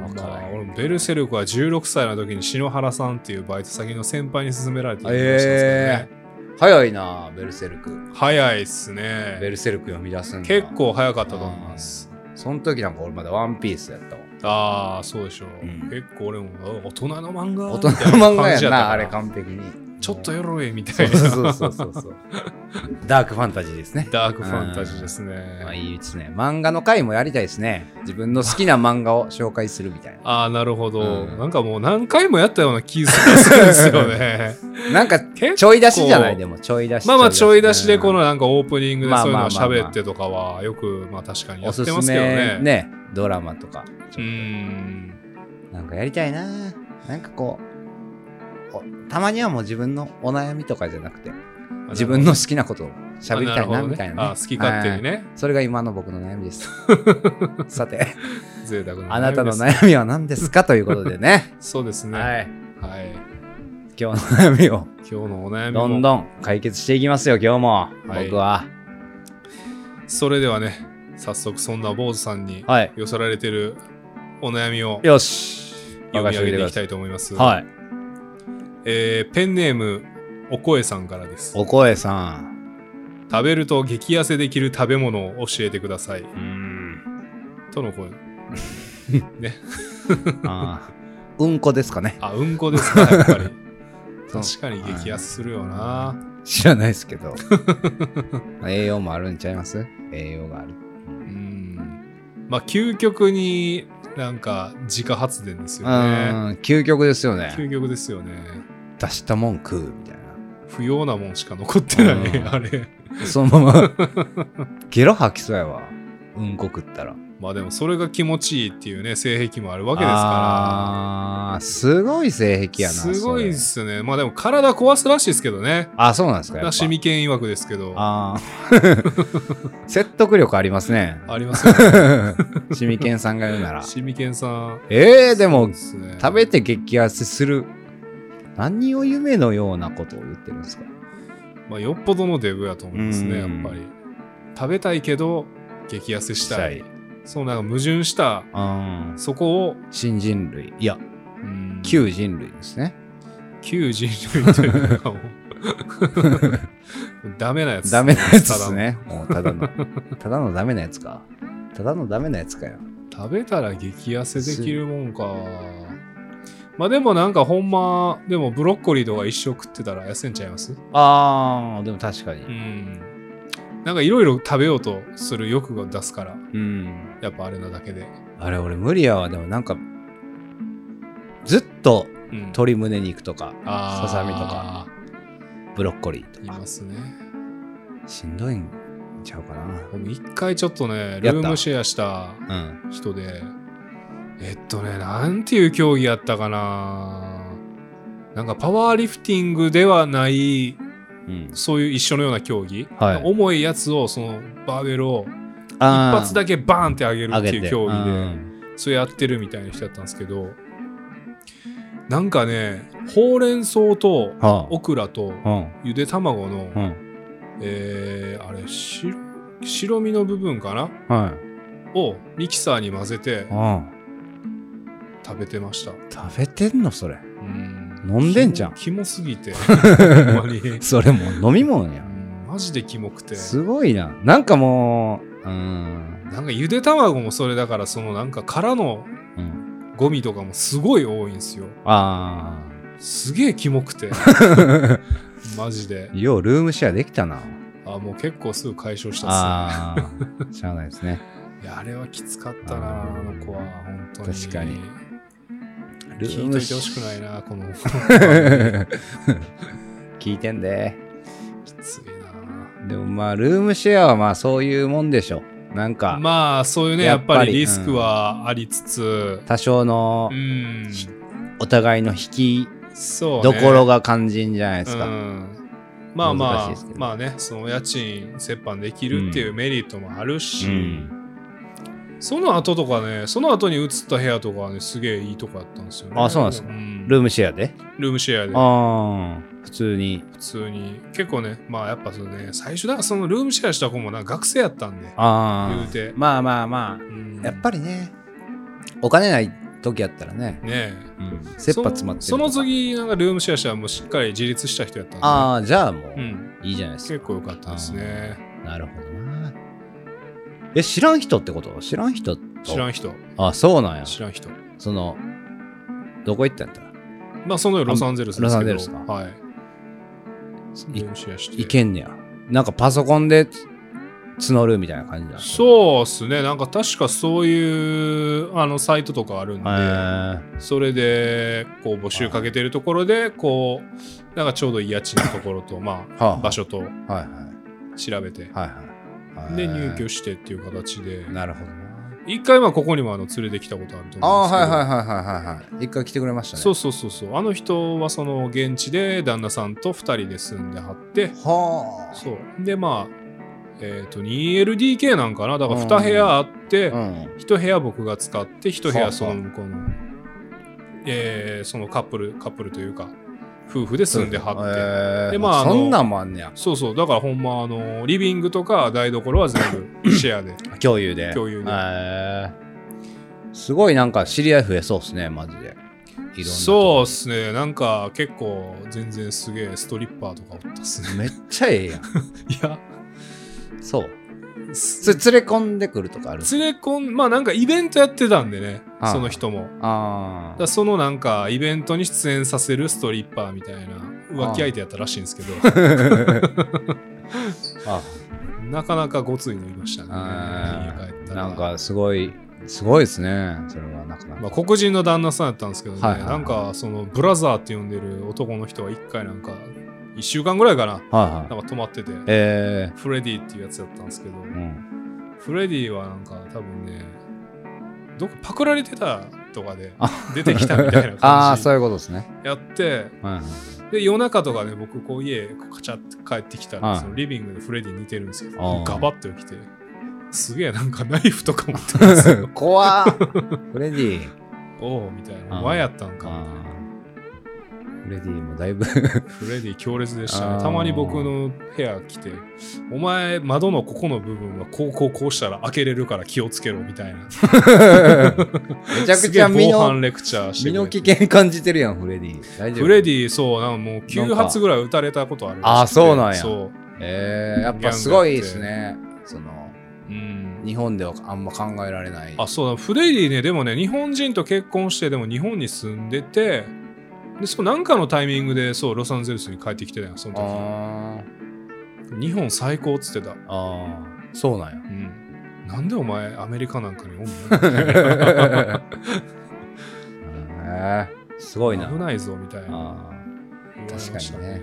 [SPEAKER 1] わから
[SPEAKER 2] まあ
[SPEAKER 1] へん
[SPEAKER 2] 俺もベルセルクは16歳の時に篠原さんっていうバイト先の先輩に勧められて読み出したんですけどね、
[SPEAKER 1] 早いなベルセルク
[SPEAKER 2] 早いっす
[SPEAKER 1] ベ
[SPEAKER 2] ね
[SPEAKER 1] ルセルク読み出すんだ
[SPEAKER 2] 結構早かったと思います
[SPEAKER 1] その時なんか俺まだワンピースやったわ
[SPEAKER 2] ああーそうでしょう、
[SPEAKER 1] うん
[SPEAKER 2] 結構俺もあ大人の漫画
[SPEAKER 1] 大
[SPEAKER 2] みた
[SPEAKER 1] 人の
[SPEAKER 2] いな
[SPEAKER 1] 漫画
[SPEAKER 2] 感
[SPEAKER 1] や
[SPEAKER 2] じ
[SPEAKER 1] ん
[SPEAKER 2] ったか
[SPEAKER 1] な
[SPEAKER 2] ら
[SPEAKER 1] あれ完璧に
[SPEAKER 2] ちょっと
[SPEAKER 1] よ
[SPEAKER 2] よろえみた
[SPEAKER 1] そう
[SPEAKER 2] いな
[SPEAKER 1] そうそうそうそうダークファンタジーですね
[SPEAKER 2] ダークファンタジーですね
[SPEAKER 1] まあいいですね。漫画の回もやりたいですね。自分の好きな漫画を紹介するみたい
[SPEAKER 2] ああなるほど、
[SPEAKER 1] うん
[SPEAKER 2] なんかもう何回もやったような気がするんですよ ね
[SPEAKER 1] な。なんか、
[SPEAKER 2] 結構
[SPEAKER 1] ちょい出しじゃないでも、ちょい出し。
[SPEAKER 2] まあまあちょい出しでこの
[SPEAKER 1] うん、
[SPEAKER 2] なんかオープニングで
[SPEAKER 1] まあ
[SPEAKER 2] そういうの
[SPEAKER 1] ま
[SPEAKER 2] を
[SPEAKER 1] あまあまあ
[SPEAKER 2] 喋ってとかはよくまあ確かにや
[SPEAKER 1] お
[SPEAKER 2] って
[SPEAKER 1] す
[SPEAKER 2] ます
[SPEAKER 1] す
[SPEAKER 2] けど
[SPEAKER 1] め
[SPEAKER 2] ね
[SPEAKER 1] ね、ドラマとか、
[SPEAKER 2] うーん
[SPEAKER 1] なんかやりたいな。なんかこう、おたまにはもう自分のお悩みとかじゃなくて、自分の好きなことを喋りた
[SPEAKER 2] ある
[SPEAKER 1] い
[SPEAKER 2] ほど
[SPEAKER 1] な、
[SPEAKER 2] ね
[SPEAKER 1] みたいなね、
[SPEAKER 2] あ好き勝手に
[SPEAKER 1] はい
[SPEAKER 2] ね。
[SPEAKER 1] それが今の僕の悩みです。 さて、
[SPEAKER 2] 贅沢な。
[SPEAKER 1] あなたの。悩みは何ですかということでね。
[SPEAKER 2] そうですね。は。
[SPEAKER 1] はいい。今日の悩みを。
[SPEAKER 2] 今日のお悩みも。
[SPEAKER 1] どんどん解決していきますよ、今日も。
[SPEAKER 2] はい
[SPEAKER 1] 僕は。
[SPEAKER 2] それではね、早速そんな坊主さんに
[SPEAKER 1] はい。
[SPEAKER 2] 寄せられてるお悩みを
[SPEAKER 1] よし。
[SPEAKER 2] 読み上げていきた
[SPEAKER 1] い。
[SPEAKER 2] いと思います。
[SPEAKER 1] はい。
[SPEAKER 2] えーペンネーム、お声さんからです。
[SPEAKER 1] お声さん。
[SPEAKER 2] 食べると激痩せできる食べ物を教えてください。
[SPEAKER 1] うーん。
[SPEAKER 2] との声。
[SPEAKER 1] あーうんこですかね。
[SPEAKER 2] あ、うん こですか、やっぱり。
[SPEAKER 1] その
[SPEAKER 2] 確かに激痩せするよな。
[SPEAKER 1] 知らないですけど。 栄養もあるんちゃいます栄養がある。
[SPEAKER 2] うん。まあ、究極になんか自家発電です
[SPEAKER 1] う
[SPEAKER 2] よね。
[SPEAKER 1] ーん。究極ですよね。
[SPEAKER 2] 究極ですよね
[SPEAKER 1] 出したもん食うみたい
[SPEAKER 2] 不要なもんしか残ってない、
[SPEAKER 1] うん
[SPEAKER 2] あれ
[SPEAKER 1] な。そのま ま。ゲロ吐きそうやわ。うんこ食ったら。
[SPEAKER 2] まあでもそれが気持ちいいっていうね性癖もあるわけですか
[SPEAKER 1] あーすごい性癖
[SPEAKER 2] ら
[SPEAKER 1] やな。
[SPEAKER 2] すごい
[SPEAKER 1] そ
[SPEAKER 2] っ
[SPEAKER 1] れ
[SPEAKER 2] すねまあでも体壊すらしいですけどね
[SPEAKER 1] あ、そうなんですか。やっぱ
[SPEAKER 2] シミ犬曰くですけど
[SPEAKER 1] あ
[SPEAKER 2] あ
[SPEAKER 1] あ。 説得力ありますね。
[SPEAKER 2] りますよね
[SPEAKER 1] シミケンさんが言うなら。
[SPEAKER 2] シミ犬さん
[SPEAKER 1] えー、でも、
[SPEAKER 2] そうっすね
[SPEAKER 1] 食べて激痩せする。何を夢のようなことを言ってるんですか
[SPEAKER 2] まあ、よっぽどのデブやと思いますねやっ
[SPEAKER 1] うん
[SPEAKER 2] ぱり食べたいけど激痩せした
[SPEAKER 1] し
[SPEAKER 2] い
[SPEAKER 1] た
[SPEAKER 2] そうなんか矛盾した
[SPEAKER 1] うん。
[SPEAKER 2] そこを
[SPEAKER 1] 新人類。いや、
[SPEAKER 2] うん
[SPEAKER 1] 旧人類ですね。
[SPEAKER 2] 旧人類というかも うダメなやつっすね
[SPEAKER 1] ダメなやつですね。もうただの。 ただのダメなやつか。ただのダメなやつかよ。
[SPEAKER 2] 食べたら激痩せできるもんかまあでもなんかほんまでもブロッコリーとか一生食ってたら痩せんちゃいます
[SPEAKER 1] ああ、でも確か
[SPEAKER 2] う
[SPEAKER 1] に。
[SPEAKER 2] んなんかいろいろ食べようとする欲が出すから
[SPEAKER 1] うん。
[SPEAKER 2] やっぱあれなだけで
[SPEAKER 1] あれ、俺無理やわ。でもなんか、ずっと
[SPEAKER 2] うん、
[SPEAKER 1] 鶏胸肉とか
[SPEAKER 2] あ
[SPEAKER 1] さ
[SPEAKER 2] ー
[SPEAKER 1] さみとかブロッコリーと
[SPEAKER 2] い
[SPEAKER 1] か
[SPEAKER 2] ますね
[SPEAKER 1] しんどいんちゃうか
[SPEAKER 2] 僕一回ちょっとね
[SPEAKER 1] や
[SPEAKER 2] ル
[SPEAKER 1] った
[SPEAKER 2] ームシェアした
[SPEAKER 1] なうん
[SPEAKER 2] 人でえっとねなんていう競技やったかななんかパワーリフティングではない
[SPEAKER 1] うん
[SPEAKER 2] そういう一緒のような競技、
[SPEAKER 1] はい
[SPEAKER 2] 重いやつをそのバーベルを
[SPEAKER 1] 一
[SPEAKER 2] 一発だけバーンって上げるっていう競技で、
[SPEAKER 1] うん
[SPEAKER 2] それやってるみたいな人だったんですけどなんかねほうれん草と
[SPEAKER 1] は
[SPEAKER 2] オクラと
[SPEAKER 1] あうん
[SPEAKER 2] ゆで卵の、
[SPEAKER 1] うん
[SPEAKER 2] えーあれ白白身の部分かな
[SPEAKER 1] はい
[SPEAKER 2] をミキサーに混ぜて
[SPEAKER 1] うん
[SPEAKER 2] 食べてました
[SPEAKER 1] 食べてんのそれ
[SPEAKER 2] うん
[SPEAKER 1] 飲んでんじゃん
[SPEAKER 2] キモキモす ぎてほんまに
[SPEAKER 1] それもう飲み物
[SPEAKER 2] う
[SPEAKER 1] や
[SPEAKER 2] んマ ジでキモくて
[SPEAKER 1] すごいななんかもううん
[SPEAKER 2] なんかゆで卵もそれだからそのなんか殻の
[SPEAKER 1] うん
[SPEAKER 2] ゴミとかもすごい多いんですよ
[SPEAKER 1] あ
[SPEAKER 2] すげえキモ くてマジで
[SPEAKER 1] あようルームシェアできたな
[SPEAKER 2] あもう結構すぐ解消したっ
[SPEAKER 1] ああしゃあないですね
[SPEAKER 2] すねいやあれはきつかったな
[SPEAKER 1] あ
[SPEAKER 2] あ
[SPEAKER 1] ー
[SPEAKER 2] の子は本当に
[SPEAKER 1] 確かにル ー
[SPEAKER 2] 聞い
[SPEAKER 1] ム
[SPEAKER 2] といてほし
[SPEAKER 1] シ
[SPEAKER 2] くないなこの き
[SPEAKER 1] ェア 聞いてんで
[SPEAKER 2] ついな
[SPEAKER 1] でもまあルームシェアはまあそういうもんでしょなんか
[SPEAKER 2] まあそういうね
[SPEAKER 1] や
[SPEAKER 2] や
[SPEAKER 1] っ
[SPEAKER 2] っ
[SPEAKER 1] ぱり
[SPEAKER 2] ぱりリスクはありつつ
[SPEAKER 1] 多少の
[SPEAKER 2] うん、
[SPEAKER 1] お互いの引き
[SPEAKER 2] そう
[SPEAKER 1] ど
[SPEAKER 2] ね
[SPEAKER 1] ころが肝心じゃないです
[SPEAKER 2] う
[SPEAKER 1] か
[SPEAKER 2] んまあま
[SPEAKER 1] 難しい
[SPEAKER 2] あ
[SPEAKER 1] ですけど
[SPEAKER 2] まあねその家賃折半できるっていうメリットもあるし、
[SPEAKER 1] うん
[SPEAKER 2] その後とかねその後に移った部屋とかはねすげえいいとこあったんですよね
[SPEAKER 1] あそうなんですかルームシェアで
[SPEAKER 2] ルームシェアで
[SPEAKER 1] ああ普通に
[SPEAKER 2] 普通に結構ねまあやっぱそのね最初だからそのルームシェアした子もなんか学生やったんで、
[SPEAKER 1] ああ
[SPEAKER 2] 言うて
[SPEAKER 1] まあまあまあやっぱ
[SPEAKER 2] り
[SPEAKER 1] りねお金ない時やったらね
[SPEAKER 2] ね
[SPEAKER 1] 切羽詰まってる
[SPEAKER 2] そのその次なんかルームシェアしたらもうしっかり自立した人やったんで
[SPEAKER 1] ああじゃあもう
[SPEAKER 2] うん
[SPEAKER 1] いいじゃないです
[SPEAKER 2] 結
[SPEAKER 1] か
[SPEAKER 2] 構良かったですね
[SPEAKER 1] なるほどなえ知らん人ってこと知らん人と
[SPEAKER 2] 知ら
[SPEAKER 1] ん
[SPEAKER 2] ん人
[SPEAKER 1] あそうなんや
[SPEAKER 2] 知らん人
[SPEAKER 1] そのどこ行ったんやったら
[SPEAKER 2] まあその夜ロサンゼルスですけど
[SPEAKER 1] ロサンゼルスか
[SPEAKER 2] はい
[SPEAKER 1] い
[SPEAKER 2] ルームシェアして
[SPEAKER 1] いけんねやなんかパソコンでつ募るみたいな感じなんですう
[SPEAKER 2] そうっすねなんか確かそういうあのサイトとかある
[SPEAKER 1] へ
[SPEAKER 2] んで、
[SPEAKER 1] ー
[SPEAKER 2] それでこう募集かけてるところでこうなんかちょうどいい家賃のところとま
[SPEAKER 1] はあ
[SPEAKER 2] あ場所と
[SPEAKER 1] はいはい
[SPEAKER 2] 調べて
[SPEAKER 1] はいはい
[SPEAKER 2] で
[SPEAKER 1] へー
[SPEAKER 2] 入居してっていう形で
[SPEAKER 1] なるほどな
[SPEAKER 2] 一回まあここにもあの連れてきたことあると
[SPEAKER 1] ああ
[SPEAKER 2] 思うんです
[SPEAKER 1] は
[SPEAKER 2] け
[SPEAKER 1] い
[SPEAKER 2] ど
[SPEAKER 1] はいはいはいはいはい一回来てくれましたね
[SPEAKER 2] そうそうそうそうあの人はその現地で旦那さんと2人で住んではって
[SPEAKER 1] はあ
[SPEAKER 2] そうでまあえっ、と 2LDK なんかなだから2部屋あって、
[SPEAKER 1] うん
[SPEAKER 2] 一部屋僕が使って一部
[SPEAKER 1] はあ
[SPEAKER 2] 屋その向こうの、えーそのカップルカップルというか夫婦で住んではって、
[SPEAKER 1] へー
[SPEAKER 2] でまああの
[SPEAKER 1] そんなんもあんねや
[SPEAKER 2] そうそうだからほんまあのリビングとか台所は全 部シェアで
[SPEAKER 1] 共有で
[SPEAKER 2] 共有で
[SPEAKER 1] へーすごいなんか知り合い増えそうっすねマジでいろんな
[SPEAKER 2] そう
[SPEAKER 1] う
[SPEAKER 2] っすねなんか結構全然すげえストリッパーとかおったっすね
[SPEAKER 1] めっちゃええやん
[SPEAKER 2] いや
[SPEAKER 1] そう
[SPEAKER 2] す
[SPEAKER 1] それ連れ込んでくるとかある
[SPEAKER 2] 連れ込んまあなんかイベントやってたんでね
[SPEAKER 1] ああ
[SPEAKER 2] その人も
[SPEAKER 1] あ
[SPEAKER 2] だか
[SPEAKER 1] あ
[SPEAKER 2] らそのなんかイベントに出演させるストリッパーみたいな浮気相手やったらしいんですけど
[SPEAKER 1] あ
[SPEAKER 2] なかなかごついのいましたね。
[SPEAKER 1] あ
[SPEAKER 2] 家帰っ
[SPEAKER 1] ー
[SPEAKER 2] た
[SPEAKER 1] な
[SPEAKER 2] ら
[SPEAKER 1] ん、かすごいすごいですねそれはなかなか、
[SPEAKER 2] まあ、黒人の旦那さんやったんですけどね、
[SPEAKER 1] はいはいはい
[SPEAKER 2] なんかそのブラザーって呼んでる男の人が一回なんか1週間ぐらいかな、
[SPEAKER 1] はいはい
[SPEAKER 2] なんか泊まってて、
[SPEAKER 1] え
[SPEAKER 2] フレディっていうやつやったんですけど、
[SPEAKER 1] ーうん、
[SPEAKER 2] フレディはなんか多分ね、どこパクられてたとかで
[SPEAKER 1] あ
[SPEAKER 2] 出てきたみたいな
[SPEAKER 1] ああ
[SPEAKER 2] 感じ
[SPEAKER 1] そういうことですね、
[SPEAKER 2] やって、
[SPEAKER 1] うんうん、
[SPEAKER 2] で夜中とかね、僕こう家カチャって帰ってきた
[SPEAKER 1] は
[SPEAKER 2] ら、
[SPEAKER 1] い
[SPEAKER 2] そのリビングでフレディ似てるんですけど
[SPEAKER 1] あー、
[SPEAKER 2] ガバッと起きて、すげえなんかナイフとか持ってるんで すよ。
[SPEAKER 1] 怖っフレディ
[SPEAKER 2] おおみたいな
[SPEAKER 1] あー
[SPEAKER 2] お前やったんか
[SPEAKER 1] あーフレディもだ いぶ
[SPEAKER 2] フレディ強烈でした
[SPEAKER 1] あー
[SPEAKER 2] ねたまに僕の部屋来てお前窓のここの部分はこうこうこうしたら開けれるから気をつけろみたいなめ
[SPEAKER 1] めちゃくちゃ身
[SPEAKER 2] 防
[SPEAKER 1] の
[SPEAKER 2] 犯レクチャーして
[SPEAKER 1] 身
[SPEAKER 2] く
[SPEAKER 1] の
[SPEAKER 2] れ
[SPEAKER 1] 危
[SPEAKER 2] て
[SPEAKER 1] 険感じてるやんフレディ大丈夫
[SPEAKER 2] フレディそうなんかもう9
[SPEAKER 1] なんか
[SPEAKER 2] 発ぐらい撃たれたことあるらしくて
[SPEAKER 1] あーそうなんや
[SPEAKER 2] そう
[SPEAKER 1] えー、やっぱすごいですねその
[SPEAKER 2] うん
[SPEAKER 1] 日本ではあんま考えられない
[SPEAKER 2] あそうだフレディねでもね日本人と結婚してでも日本に住んでてでそうなんかのタイミングでそうロサンゼルスに帰ってきてたよその
[SPEAKER 1] あ
[SPEAKER 2] 時日本最高っつってた
[SPEAKER 1] ーあーそうなんや
[SPEAKER 2] うんなんでお前アメリカなんかにおんの
[SPEAKER 1] へーすごいな。
[SPEAKER 2] 危ないぞみたいな
[SPEAKER 1] あ
[SPEAKER 2] 言われました
[SPEAKER 1] 確かに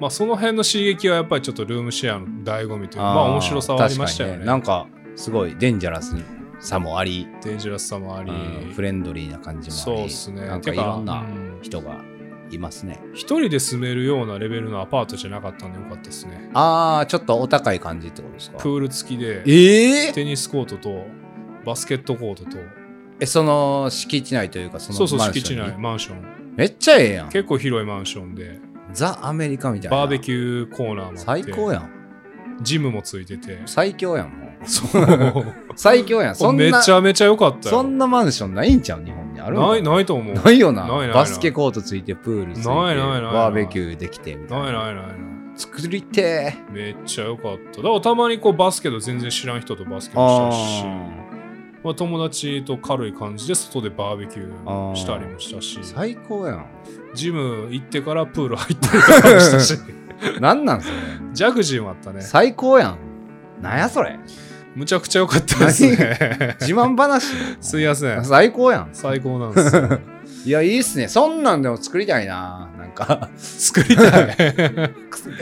[SPEAKER 2] まあその辺の刺激はやっぱりちょっとルームシェアの醍醐味
[SPEAKER 1] ー
[SPEAKER 2] というかまあ面白さはありましたよ
[SPEAKER 1] 確か
[SPEAKER 2] ね
[SPEAKER 1] にねなんか、すごいデンジャラスさもあり、
[SPEAKER 2] デンジャラスさもあり
[SPEAKER 1] うんフレンドリーな感じもあり、
[SPEAKER 2] そうっすね
[SPEAKER 1] なんかい
[SPEAKER 2] て
[SPEAKER 1] ろんな
[SPEAKER 2] うん
[SPEAKER 1] 人がいますね。
[SPEAKER 2] 一人で住めるようなレベルのアパートじゃなかったんでよかったですね
[SPEAKER 1] ああ、ちょっとお高い感じってことですか。
[SPEAKER 2] プール付きで
[SPEAKER 1] えー、
[SPEAKER 2] テニスコートとバスケットコートと
[SPEAKER 1] え、その敷地内というか、その
[SPEAKER 2] そうそう
[SPEAKER 1] マンシ
[SPEAKER 2] 敷
[SPEAKER 1] ョン
[SPEAKER 2] 地
[SPEAKER 1] に
[SPEAKER 2] 内マンション
[SPEAKER 1] めっちゃええやん。
[SPEAKER 2] 結構広いマンションで
[SPEAKER 1] ザ・アメリカみたいな。
[SPEAKER 2] バーベキューコーナーもあって
[SPEAKER 1] 最高やん。
[SPEAKER 2] ジムもついてて
[SPEAKER 1] 最強やん、もう。
[SPEAKER 2] そう
[SPEAKER 1] 最強や ん。そん
[SPEAKER 2] め
[SPEAKER 1] な、
[SPEAKER 2] ちゃめちゃ良かったよ
[SPEAKER 1] そんなマンションないんちゃう日本にあるんか
[SPEAKER 2] ないないと思う
[SPEAKER 1] ないよな
[SPEAKER 2] ないないない
[SPEAKER 1] バスケコートついて、プールついて、
[SPEAKER 2] ないないないない
[SPEAKER 1] バーベキューできてみたいな。
[SPEAKER 2] ないないないない
[SPEAKER 1] 作りてー
[SPEAKER 2] めっちゃ良かった。だからたまにこうバスケと全然知らん人とバスケもしたし、
[SPEAKER 1] あ
[SPEAKER 2] まあ、友達と軽い感じで外でバーベキューしたりもしたし
[SPEAKER 1] ー、最高やん。
[SPEAKER 2] ジム行ってからプール入ったりとかもした し、
[SPEAKER 1] なんなんそれ。
[SPEAKER 2] ジャグジーもあったね。
[SPEAKER 1] 最高やん。なんやそれ。
[SPEAKER 2] むちゃくちゃ良かったですね。
[SPEAKER 1] 自慢話。
[SPEAKER 2] すいません。
[SPEAKER 1] 最高やん。
[SPEAKER 2] 最高なんです よ。
[SPEAKER 1] いや、いいっすね。そんなんでも作りたいな。なんか、
[SPEAKER 2] 作りた い。
[SPEAKER 1] め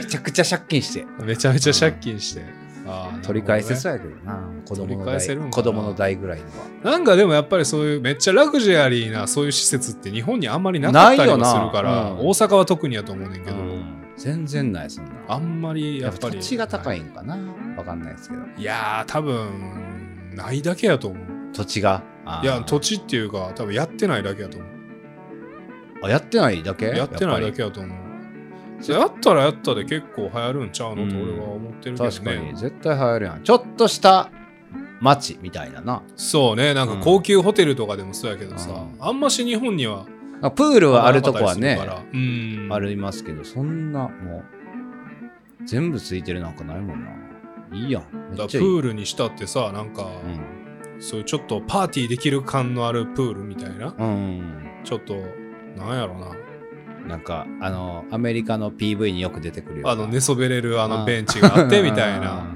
[SPEAKER 1] ちゃくちゃ借金して。
[SPEAKER 2] めちゃめちゃ借金 して。あー
[SPEAKER 1] 取り返せ
[SPEAKER 2] なるほ
[SPEAKER 1] そうやけどな。子
[SPEAKER 2] どね
[SPEAKER 1] 供の
[SPEAKER 2] 取り返せ
[SPEAKER 1] 代
[SPEAKER 2] るんかな
[SPEAKER 1] 子供の代ぐらいに
[SPEAKER 2] なんかでもやっぱりそういうめっちゃラグジュアリーなそういう施設って日本にあんまりな
[SPEAKER 1] な
[SPEAKER 2] かっ
[SPEAKER 1] い
[SPEAKER 2] たり
[SPEAKER 1] よ
[SPEAKER 2] も
[SPEAKER 1] な
[SPEAKER 2] するから、
[SPEAKER 1] うん
[SPEAKER 2] 大阪は特にやと思うねんけ
[SPEAKER 1] は。
[SPEAKER 2] ど、
[SPEAKER 1] うん全然ない、そんな。
[SPEAKER 2] あんまりやっぱり。
[SPEAKER 1] 土地が高いんかな。わかんないですけど。
[SPEAKER 2] いやー、多分ないだけやと思う。
[SPEAKER 1] 土地が。あー
[SPEAKER 2] いや、土地っていうか、多分やってないだけやと思う。
[SPEAKER 1] あやってないだけ
[SPEAKER 2] やってないだ
[SPEAKER 1] やぱ
[SPEAKER 2] けやと思う。そうやったらやったで結構流行るんちゃうのと
[SPEAKER 1] うん
[SPEAKER 2] 俺は思って
[SPEAKER 1] り
[SPEAKER 2] るけど
[SPEAKER 1] 確かに
[SPEAKER 2] ね。
[SPEAKER 1] 絶対流行るやんちょっとした町みたいなな
[SPEAKER 2] そうね、なんか高級ホテルとかでもそうやけどさ、
[SPEAKER 1] うん
[SPEAKER 2] あんまし日本には
[SPEAKER 1] あプールはあるとこは
[SPEAKER 2] なかった
[SPEAKER 1] ね
[SPEAKER 2] りするから
[SPEAKER 1] あ
[SPEAKER 2] うん。
[SPEAKER 1] りますけどそんなもう全部ついてるなんかないもんないいやんめ
[SPEAKER 2] だ
[SPEAKER 1] っ
[SPEAKER 2] か
[SPEAKER 1] ちゃ
[SPEAKER 2] らプ
[SPEAKER 1] いい
[SPEAKER 2] ールにしたってさ、なんか、
[SPEAKER 1] うん
[SPEAKER 2] そういうちょっとパーティーできる感のあるプールみたいな、
[SPEAKER 1] うん
[SPEAKER 2] ちょっと、なんやろな、
[SPEAKER 1] なんかあのアメリカの PV によく出てくるような
[SPEAKER 2] あの寝そべれるあ
[SPEAKER 1] あ
[SPEAKER 2] の
[SPEAKER 1] ー
[SPEAKER 2] ベンチがあってみたいな。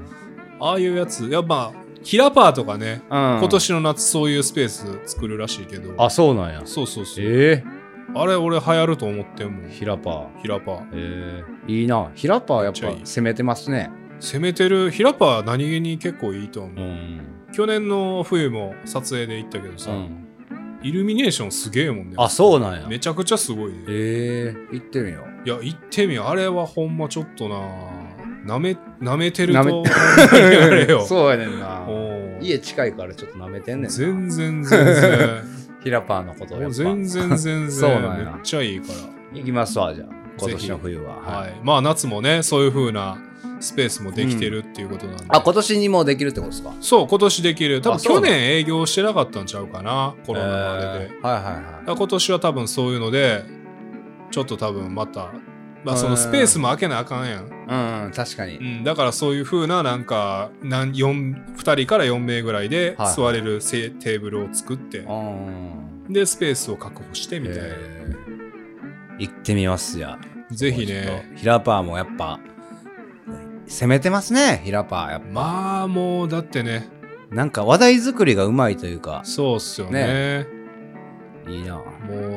[SPEAKER 2] ああいうやつ、いやまあ、キラパーとかね、
[SPEAKER 1] うん
[SPEAKER 2] 今年の夏そういうスペース作るらしいけど、
[SPEAKER 1] あそうなんや
[SPEAKER 2] そうそうそう、
[SPEAKER 1] え
[SPEAKER 2] あれ俺流行ると思ってんも
[SPEAKER 1] え
[SPEAKER 2] ん、
[SPEAKER 1] ヒラパー
[SPEAKER 2] キラパー。
[SPEAKER 1] ええいいなヒラパーやっ
[SPEAKER 2] めっちゃ
[SPEAKER 1] ぱ
[SPEAKER 2] いい
[SPEAKER 1] 攻めてますね
[SPEAKER 2] 攻めてる、ヒラパー何気に結構いいと思う。
[SPEAKER 1] ん
[SPEAKER 2] 去年の冬も撮影で行ったけど
[SPEAKER 1] う
[SPEAKER 2] さ、
[SPEAKER 1] ん
[SPEAKER 2] イルミネーションすげえもんね。
[SPEAKER 1] あそうなんや
[SPEAKER 2] めちゃくちゃすごいね。
[SPEAKER 1] ええ行ってみよう
[SPEAKER 2] いや、行ってみよう。あれはほんまちょっとな、なめ、なめてると
[SPEAKER 1] 舐め
[SPEAKER 2] ほんま にあれよ。
[SPEAKER 1] そうやねんな
[SPEAKER 2] おう
[SPEAKER 1] 家近いからちょっと舐めてんねんな
[SPEAKER 2] 全然全然。
[SPEAKER 1] ヒラパーのこと をや
[SPEAKER 2] も
[SPEAKER 1] っ
[SPEAKER 2] う
[SPEAKER 1] ぱ
[SPEAKER 2] 全然全
[SPEAKER 1] そう
[SPEAKER 2] 然
[SPEAKER 1] なん
[SPEAKER 2] め
[SPEAKER 1] や
[SPEAKER 2] っちゃいいから。
[SPEAKER 1] 行きますわじゃあ今年の冬は、は
[SPEAKER 2] はいい、まあ夏もねそういう風なスペースもできてるっていうことなんで、
[SPEAKER 1] あ今年にもうできるってことですか
[SPEAKER 2] そう今年できる多
[SPEAKER 1] あ
[SPEAKER 2] 分
[SPEAKER 1] そうな
[SPEAKER 2] 去
[SPEAKER 1] の
[SPEAKER 2] 年営業してなかったんちゃうかなコロナのあれで、
[SPEAKER 1] え
[SPEAKER 2] だか
[SPEAKER 1] ーはいはいは
[SPEAKER 2] ら今年は多分そういうのでちょっと多分また、まあ、そのスペースも開けなあかんやん、
[SPEAKER 1] いうん確か
[SPEAKER 2] う
[SPEAKER 1] に
[SPEAKER 2] ん、だからそういう風ななんかなん4 2人から4名ぐらいで
[SPEAKER 1] はい
[SPEAKER 2] 座れるせ、テーブルを作って
[SPEAKER 1] うん
[SPEAKER 2] でスペースを確保してみたいな、
[SPEAKER 1] えー行ってみますや
[SPEAKER 2] ぜひね
[SPEAKER 1] ヒラパーもやっぱ攻めてますねヒラパーやっぱ
[SPEAKER 2] まあもうだってね
[SPEAKER 1] なんか話題作りがうまいというか
[SPEAKER 2] そうっすよね
[SPEAKER 1] いいな
[SPEAKER 2] も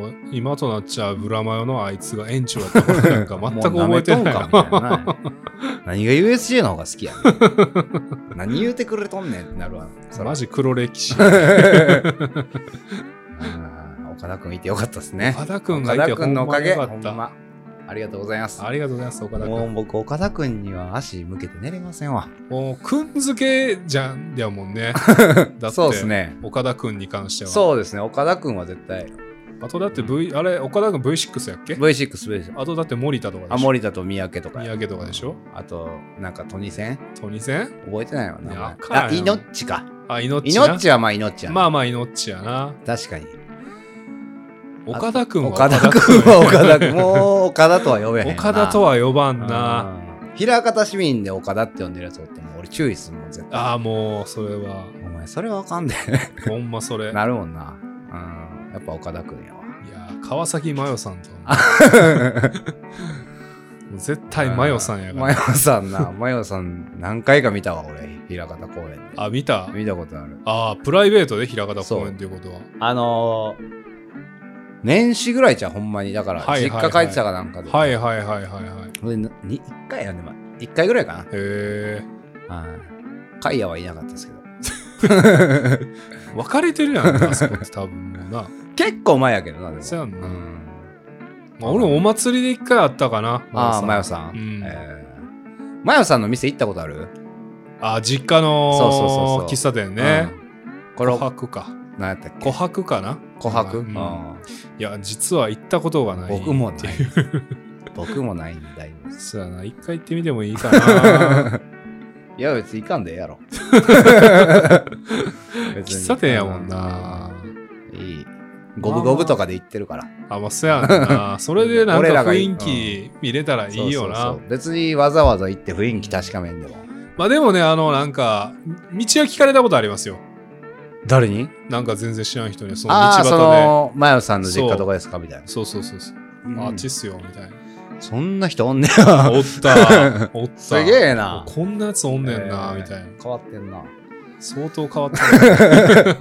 [SPEAKER 2] う今となっちゃブラマヨのあいつが園長だったことなんか全く覚えてな
[SPEAKER 1] もう舐めとん
[SPEAKER 2] い
[SPEAKER 1] かみたいなね何が USJ の方が好きやね ん何言うてくれとんねんってなるわそら
[SPEAKER 2] マジ黒歴史
[SPEAKER 1] うん岡田君いてよかったですね
[SPEAKER 2] 岡田君が
[SPEAKER 1] 岡
[SPEAKER 2] いて
[SPEAKER 1] 田
[SPEAKER 2] ほ
[SPEAKER 1] 君
[SPEAKER 2] ん
[SPEAKER 1] のお
[SPEAKER 2] ま
[SPEAKER 1] か
[SPEAKER 2] に
[SPEAKER 1] げ
[SPEAKER 2] よか
[SPEAKER 1] ほ
[SPEAKER 2] っ
[SPEAKER 1] ん
[SPEAKER 2] た
[SPEAKER 1] まありがとうございます
[SPEAKER 2] ありがとうございます岡田
[SPEAKER 1] も
[SPEAKER 2] 君
[SPEAKER 1] う僕岡田君には足向けて寝れませんわ
[SPEAKER 2] もうくんづけじゃんだもん ねだって
[SPEAKER 1] そうですね
[SPEAKER 2] 岡田君に関しては
[SPEAKER 1] そうですね岡田君は絶対
[SPEAKER 2] あとだって V あれ岡田君 V6 やっけ
[SPEAKER 1] V6 ですよ
[SPEAKER 2] あとだって森田とかでしょ
[SPEAKER 1] あ森田と三宅とか
[SPEAKER 2] 三宅とかでしょ
[SPEAKER 1] あとなんかトニセン
[SPEAKER 2] トニセン
[SPEAKER 1] 覚えてないよ
[SPEAKER 2] いやわ
[SPEAKER 1] な
[SPEAKER 2] からん
[SPEAKER 1] あイノッチか
[SPEAKER 2] あ命
[SPEAKER 1] イ
[SPEAKER 2] な
[SPEAKER 1] ノッチはまあイノッチやな
[SPEAKER 2] まあまあ命やな
[SPEAKER 1] 確かに
[SPEAKER 2] 岡田君は
[SPEAKER 1] 岡田君は岡田君もう岡田とは呼べへんな
[SPEAKER 2] 岡田とは呼ばんな
[SPEAKER 1] うん平方市民で岡田って呼んでるやつおっても俺注意するもん絶対
[SPEAKER 2] ああもうそれは
[SPEAKER 1] お前それはわかんね
[SPEAKER 2] ほんまそれ
[SPEAKER 1] えなるもんなうんやっぱ岡田君やわ
[SPEAKER 2] いやー川崎麻世さんとはもう絶対麻世さんやか
[SPEAKER 1] マヨ
[SPEAKER 2] ら
[SPEAKER 1] さんな マヨさん何回か見たわ俺平方公園で
[SPEAKER 2] あ見た
[SPEAKER 1] 見たことある
[SPEAKER 2] あープライベートで平方公園っていうことは
[SPEAKER 1] あのー年始ぐらいじゃんほんまにだから
[SPEAKER 2] はいはい
[SPEAKER 1] 実
[SPEAKER 2] はい
[SPEAKER 1] 家帰ってたかなんかで、
[SPEAKER 2] はいはいはいはいはい。
[SPEAKER 1] でなに一回やね、まあ、一回ぐらいか
[SPEAKER 2] へえ。
[SPEAKER 1] なはいカイヤはいなかったですけど
[SPEAKER 2] 分かれてるやん、あそこって多分もうな。
[SPEAKER 1] 結構前やけどなでも
[SPEAKER 2] そうやんな
[SPEAKER 1] うん
[SPEAKER 2] まあ、俺もお祭りで一回あったかな。
[SPEAKER 1] ああマ
[SPEAKER 2] ま
[SPEAKER 1] ヨ
[SPEAKER 2] よ
[SPEAKER 1] さん、
[SPEAKER 2] うん
[SPEAKER 1] えーマヨさんの店行ったことある
[SPEAKER 2] あー、実家
[SPEAKER 1] そうそうそう
[SPEAKER 2] の
[SPEAKER 1] そう
[SPEAKER 2] 喫茶店ね。
[SPEAKER 1] うんこれ
[SPEAKER 2] 琥
[SPEAKER 1] 琥
[SPEAKER 2] 珀か。
[SPEAKER 1] 何やったっけ
[SPEAKER 2] 琥珀かな
[SPEAKER 1] 琥珀、
[SPEAKER 2] うん
[SPEAKER 1] あ
[SPEAKER 2] いや、実は行ったことが
[SPEAKER 1] ー
[SPEAKER 2] ない。
[SPEAKER 1] 僕もない 僕もないんだよ
[SPEAKER 2] そうやな、一回行ってみてもい いかな。
[SPEAKER 1] いや別に行かんでええや ろ
[SPEAKER 2] 喫
[SPEAKER 1] 喫
[SPEAKER 2] 茶店やもんな。
[SPEAKER 1] いい五分五分とかで行ってるから
[SPEAKER 2] あ、まあ、そうやん な。それでなんか
[SPEAKER 1] 俺らがいい
[SPEAKER 2] 雰囲気見れたらいいよ
[SPEAKER 1] そ
[SPEAKER 2] な
[SPEAKER 1] うそう。そう別にわざわざ行って雰囲気確かめんでも
[SPEAKER 2] まあでもね、あの、なんか、道は聞かれたことありますよ。
[SPEAKER 1] 誰に
[SPEAKER 2] なんか全然知らん人に、その
[SPEAKER 1] ああーそ
[SPEAKER 2] 道端
[SPEAKER 1] のマヨさんの実家どこですかみたいな
[SPEAKER 2] で。そうそうそうそう。
[SPEAKER 1] うん
[SPEAKER 2] あっちっすよ、みたいな。
[SPEAKER 1] そんな人おんねや
[SPEAKER 2] おった、おった。
[SPEAKER 1] すげえな
[SPEAKER 2] こんなやつおんねんな、
[SPEAKER 1] えー
[SPEAKER 2] みたいな。
[SPEAKER 1] 変わってんな
[SPEAKER 2] 相当変わったね。